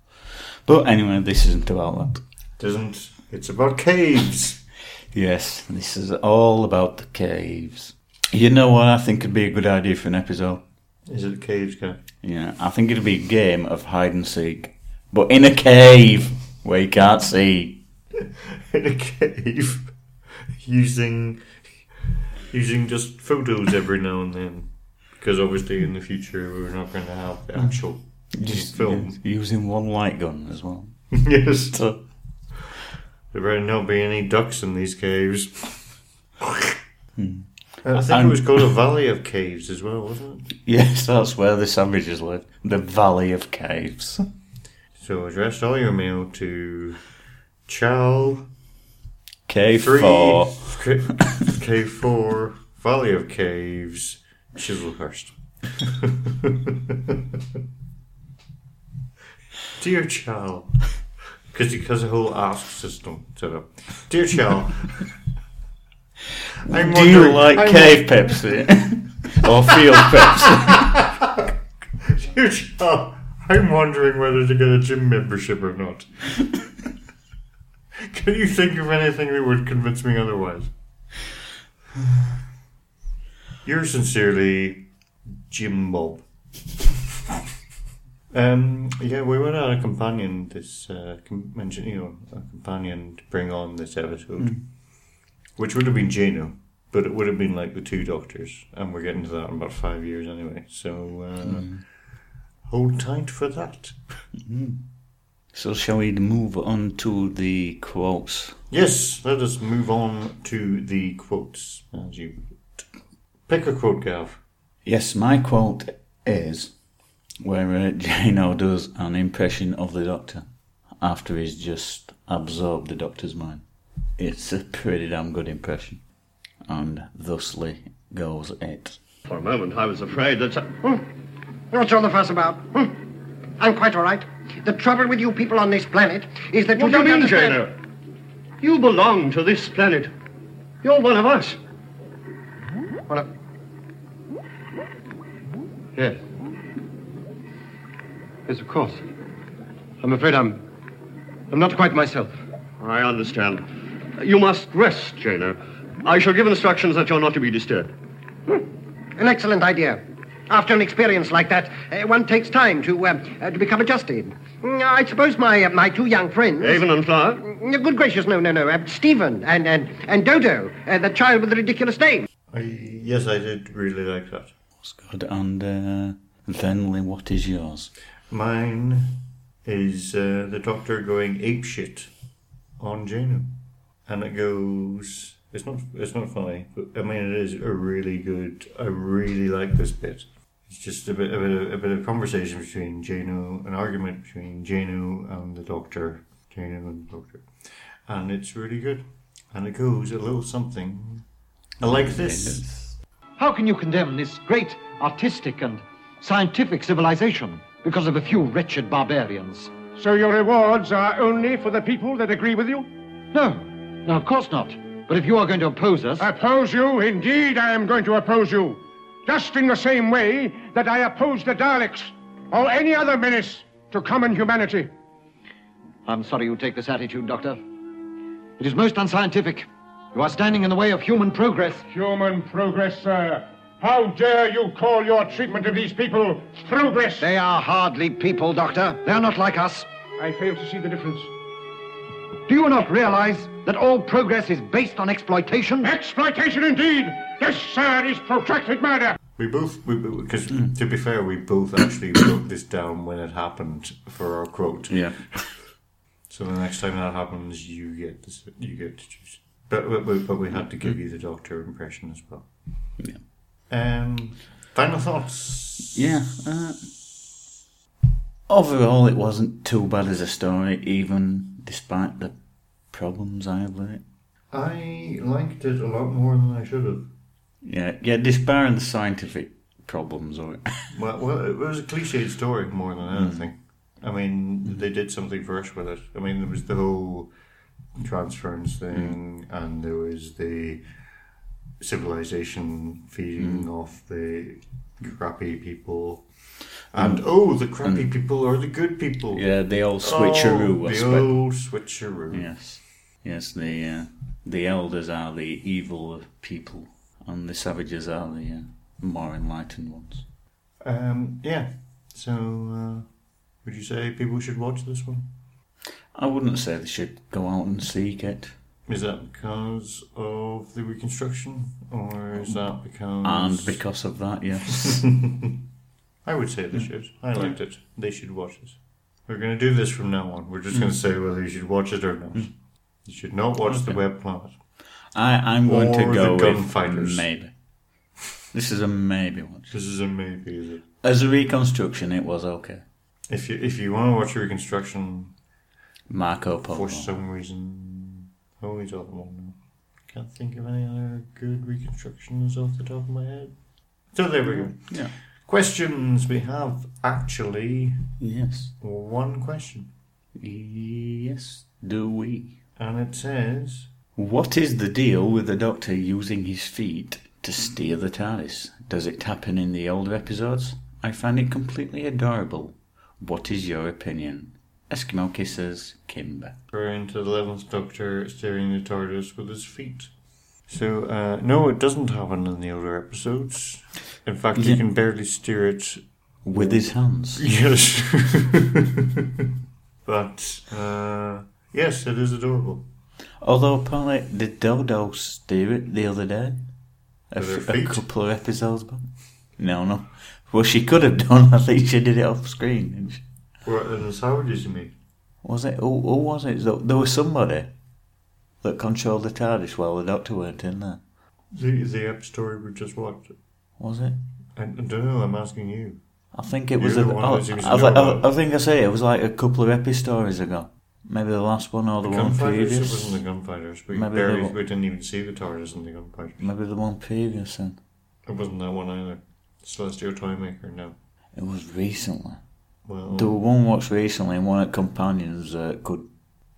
Speaker 2: But anyway, this isn't about that.
Speaker 1: Doesn't it's about caves?
Speaker 2: Yes, this is all about the caves. You know what I think would be a good idea for an episode?
Speaker 1: Is it caves guy?
Speaker 2: Yeah, I think it'd be a game of hide and seek, but in a cave where you can't see.
Speaker 1: <laughs> In a cave, using using just photos every now and then, because obviously in the future we're not going to have the actual <laughs>
Speaker 2: Just
Speaker 1: film.
Speaker 2: using one light gun as well.
Speaker 1: yes.
Speaker 2: So, <laughs>
Speaker 1: There better not be any ducks in these caves. I think
Speaker 2: And-
Speaker 1: it was called a valley of caves as well, wasn't it?
Speaker 2: yes, that's where the savages live. The Valley of Caves.
Speaker 1: So address all your mail to Chal
Speaker 2: Cave
Speaker 1: Three
Speaker 2: Four.
Speaker 1: K Four Valley of Caves Chiselhurst. <laughs> Dear Chal, because he has a whole ask system set up. Dear
Speaker 2: <laughs>
Speaker 1: Chal, I'm
Speaker 2: Do you
Speaker 1: wondering-
Speaker 2: like
Speaker 1: I'm
Speaker 2: cave Pepsi <laughs> or field Pepsi? <laughs>
Speaker 1: Dear John, I'm wondering whether to get a gym membership or not. Can you think of anything that would convince me otherwise? Yours sincerely, Jim Bob. um, yeah, we went out a companion this uh, com- mention, you know, a companion to bring on this episode, which would have been Jano, but it would have been like the two doctors, and we're getting to that in about five years anyway. So. Uh, Hold tight for that.
Speaker 2: So shall we move on to the quotes?
Speaker 1: Yes, let us move on to the quotes. As you pick a quote, Gav.
Speaker 2: Yes, my quote is where <laughs> uh, Jano does an impression of the Doctor after he's just absorbed the Doctor's mind. It's a pretty damn good impression. And thusly goes it.
Speaker 3: For a moment, I was afraid that. Hmm? What's all the fuss about? Hmm? I'm quite all right. The trouble with you people on this planet is that you don't understand. You belong to this planet. You're one of us. One of. Yes. Yes, of course. I'm afraid I'm. I'm not quite myself. I understand. You must rest, Jana. I shall give instructions that you're not to be disturbed.
Speaker 4: An excellent idea. After an experience like that, uh, one takes time to uh, uh, to become adjusted. Mm, I suppose my uh, my two young friends.
Speaker 3: Avon and Flower?
Speaker 4: Mm, Good gracious, no, no, no. Uh, Stephen and and and Dodo, uh, the child with the ridiculous name.
Speaker 1: I, yes, I did really like that.
Speaker 2: That's good. And uh, then, Lee, what is yours?
Speaker 1: Mine is uh, the doctor going apeshit on Jano, and it goes. It's not. It's not funny, but I mean, it is a really good. I really like this bit. It's just a bit, a bit, of, a bit of conversation between Jano, an argument between Jano and the doctor, Jano and the doctor, and it's really good. And it goes a little something. I like this.
Speaker 5: How can you condemn this great artistic and scientific civilization because of a few wretched barbarians?
Speaker 3: So your rewards are only for the people that agree with you?
Speaker 5: No, no, of course not. But if you are going to oppose us,
Speaker 3: Oppose you? Indeed, I am going to oppose you. Just in the same way that I opposed the Daleks or any other menace to common humanity.
Speaker 5: I'm sorry you take this attitude, Doctor. It is most unscientific. You are standing in the way of human progress.
Speaker 3: Human progress, sir. How dare you call your treatment of these people progress?
Speaker 5: They are hardly people, Doctor. They are not like us.
Speaker 3: I fail to see the difference.
Speaker 5: Do you not realize that all progress is based on exploitation?
Speaker 3: Exploitation indeed! This, sir, is protracted murder!
Speaker 1: We both, because
Speaker 2: Mm.
Speaker 1: to <coughs> be fair, we both actually wrote this down when it happened for our quote.
Speaker 2: Yeah.
Speaker 1: So the next time that happens, you get this, you get to choose. But, but, but, but we had to give you the doctor impression as well.
Speaker 2: Mm. Yeah.
Speaker 1: Um, final thoughts.
Speaker 2: Yeah. Uh, overall, it wasn't too bad as a story, even despite the problems I have with it.
Speaker 1: I liked it a lot more than I should have.
Speaker 2: Yeah, yeah, disbarring the scientific problems of it. <laughs>
Speaker 1: Well, well, it was a cliched story more than
Speaker 2: Hmm.
Speaker 1: anything. I mean, they did something fresh with it. I mean, there was the whole transference
Speaker 2: Hmm.
Speaker 1: thing, and there was the civilization
Speaker 2: Hmm.
Speaker 1: feeding off the crappy people. And oh, the crappy people are the good people.
Speaker 2: Hmm. yeah, the old
Speaker 1: Oh,
Speaker 2: switcheroo
Speaker 1: the
Speaker 2: aspect.
Speaker 1: old switcheroo.
Speaker 2: Yes, yes, the uh, the elders are the evil people, and the savages are the uh, more enlightened ones.
Speaker 1: Um, yeah. So, uh, would you say people should watch this one?
Speaker 2: I wouldn't say they should go out and seek it.
Speaker 1: Is that because of the reconstruction, or is that because?
Speaker 2: And because of that, yes. <laughs>
Speaker 1: <laughs> I would say they should. I liked it. They should watch it. We're going to do this from now on. We're just going to say whether you should watch it or not. You should not watch the Web Planet.
Speaker 2: I, I'm going
Speaker 1: Or
Speaker 2: to go
Speaker 1: the
Speaker 2: with
Speaker 1: gunfighters.
Speaker 2: maybe. This is a maybe watch.
Speaker 1: This is a maybe. Is it?
Speaker 2: As a reconstruction, it was okay.
Speaker 1: If you if you want to watch a reconstruction
Speaker 2: Marco Polo.
Speaker 1: for some reason, oh, we don't want now. Can't think of any other good reconstructions off the top of my head. So there we go.
Speaker 2: Yeah.
Speaker 1: Questions we have actually
Speaker 2: Yes.
Speaker 1: one question.
Speaker 2: Yes. Do we?
Speaker 1: And it says,
Speaker 2: What is the deal with the Doctor using his feet to steer the TARDIS? Does it happen in the older episodes? I find it completely adorable. What is your opinion? Eskimo Kisses, Kimber.
Speaker 1: referring to the 11th Doctor steering the TARDIS with his feet. So, uh, no, it doesn't happen in the older episodes. In fact, you
Speaker 2: Yeah.
Speaker 1: can barely steer it. <laughs>
Speaker 2: With his hands.
Speaker 1: Yes. but, uh, yes, it is adorable.
Speaker 2: Although apparently did Dodo steer it the other day? A,
Speaker 1: With her
Speaker 2: f- a
Speaker 1: feet?
Speaker 2: couple of episodes back? No, no. Well, she could have done. <laughs> I think she did it off screen. didn't she?
Speaker 1: What, and the savages, you mean?
Speaker 2: Was it? Who, who was it? There there was somebody that controlled the TARDIS while the Doctor weren't in there.
Speaker 1: The, the app story we just watched.
Speaker 2: Was it?
Speaker 1: I, I don't know, I'm asking you.
Speaker 2: I think it was.
Speaker 1: You're
Speaker 2: A,
Speaker 1: the one
Speaker 2: oh,
Speaker 1: who seems to
Speaker 2: I,
Speaker 1: know
Speaker 2: I-
Speaker 1: about it.
Speaker 2: I think I say it was like a couple of epi stories ago. Maybe the last one or the, one
Speaker 1: Gunfighters? It
Speaker 2: previous.
Speaker 1: wasn't the gunfighters. We,
Speaker 2: Maybe
Speaker 1: barely,
Speaker 2: they were-
Speaker 1: we didn't even see the TARDIS in the gunfighters.
Speaker 2: Maybe the one previous. Then
Speaker 1: It wasn't that one either. Celestial Toymaker, no.
Speaker 2: it was recently.
Speaker 1: Well,
Speaker 2: There were one watched recently, and one at companions uh, could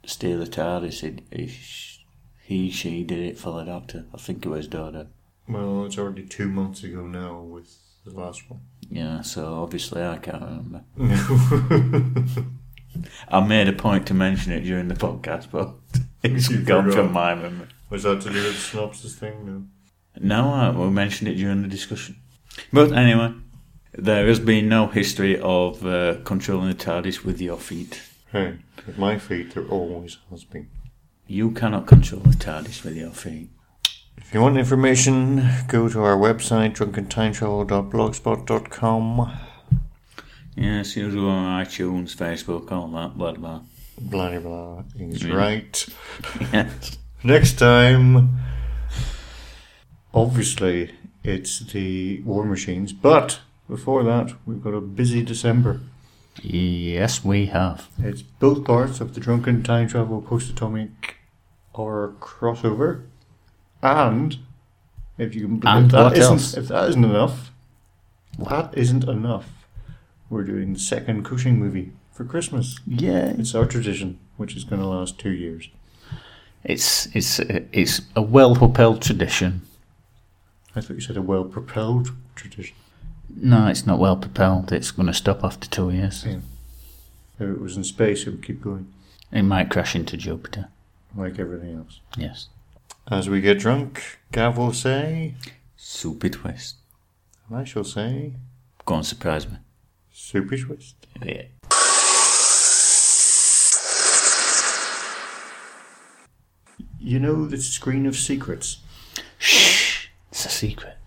Speaker 2: steal the TARDIS. He, he, sh- he, she did it for the Doctor. I think it was Dodo.
Speaker 1: Well, it's already two months ago now with the last <laughs> one.
Speaker 2: Yeah, so obviously I can't remember.
Speaker 1: No.
Speaker 2: I made a point to mention it during the podcast, but <laughs> it's
Speaker 1: You
Speaker 2: gone
Speaker 1: forgot.
Speaker 2: from my memory.
Speaker 1: Was that to do with the synopsis thing? No.
Speaker 2: No, I, we mentioned it during the discussion. But anyway, there has been no history of uh, controlling the TARDIS with your feet.
Speaker 1: Hey, with my feet, there always has been.
Speaker 2: You cannot control the TARDIS with your feet.
Speaker 1: If you want information, go to our website, drunkentimetravel.blogspot.com.
Speaker 2: Yes, you do on iTunes, Facebook, all that, blah blah.
Speaker 1: Blah, blah, he's
Speaker 2: Yeah.
Speaker 1: right.
Speaker 2: Yes.
Speaker 1: Next time, obviously, it's the War Machines, but before that, we've got a busy December.
Speaker 2: yes, we have.
Speaker 1: It's both parts of the Drunken Time Travel Post Atomic or crossover. And if you can
Speaker 2: And
Speaker 1: if that
Speaker 2: what
Speaker 1: isn't-
Speaker 2: else?
Speaker 1: if that isn't enough, that isn't enough. We're doing the second Cushing movie for Christmas.
Speaker 2: Yeah,
Speaker 1: It's our tradition, which is going to last two years.
Speaker 2: it's it's it's a well upheld tradition.
Speaker 1: I thought you said a well propelled tradition.
Speaker 2: No, it's not well propelled. It's going to stop after two years.
Speaker 1: If it was in space, it would keep going,
Speaker 2: It might crash into Jupiter.
Speaker 1: like everything else.
Speaker 2: Yes.
Speaker 1: As we get drunk, Gav will say,
Speaker 2: Soupy twist.
Speaker 1: and I shall say,
Speaker 2: Go and surprise me.
Speaker 1: Super Twist.
Speaker 2: Yeah.
Speaker 1: You know the screen of secrets.
Speaker 2: Shh. It's a secret.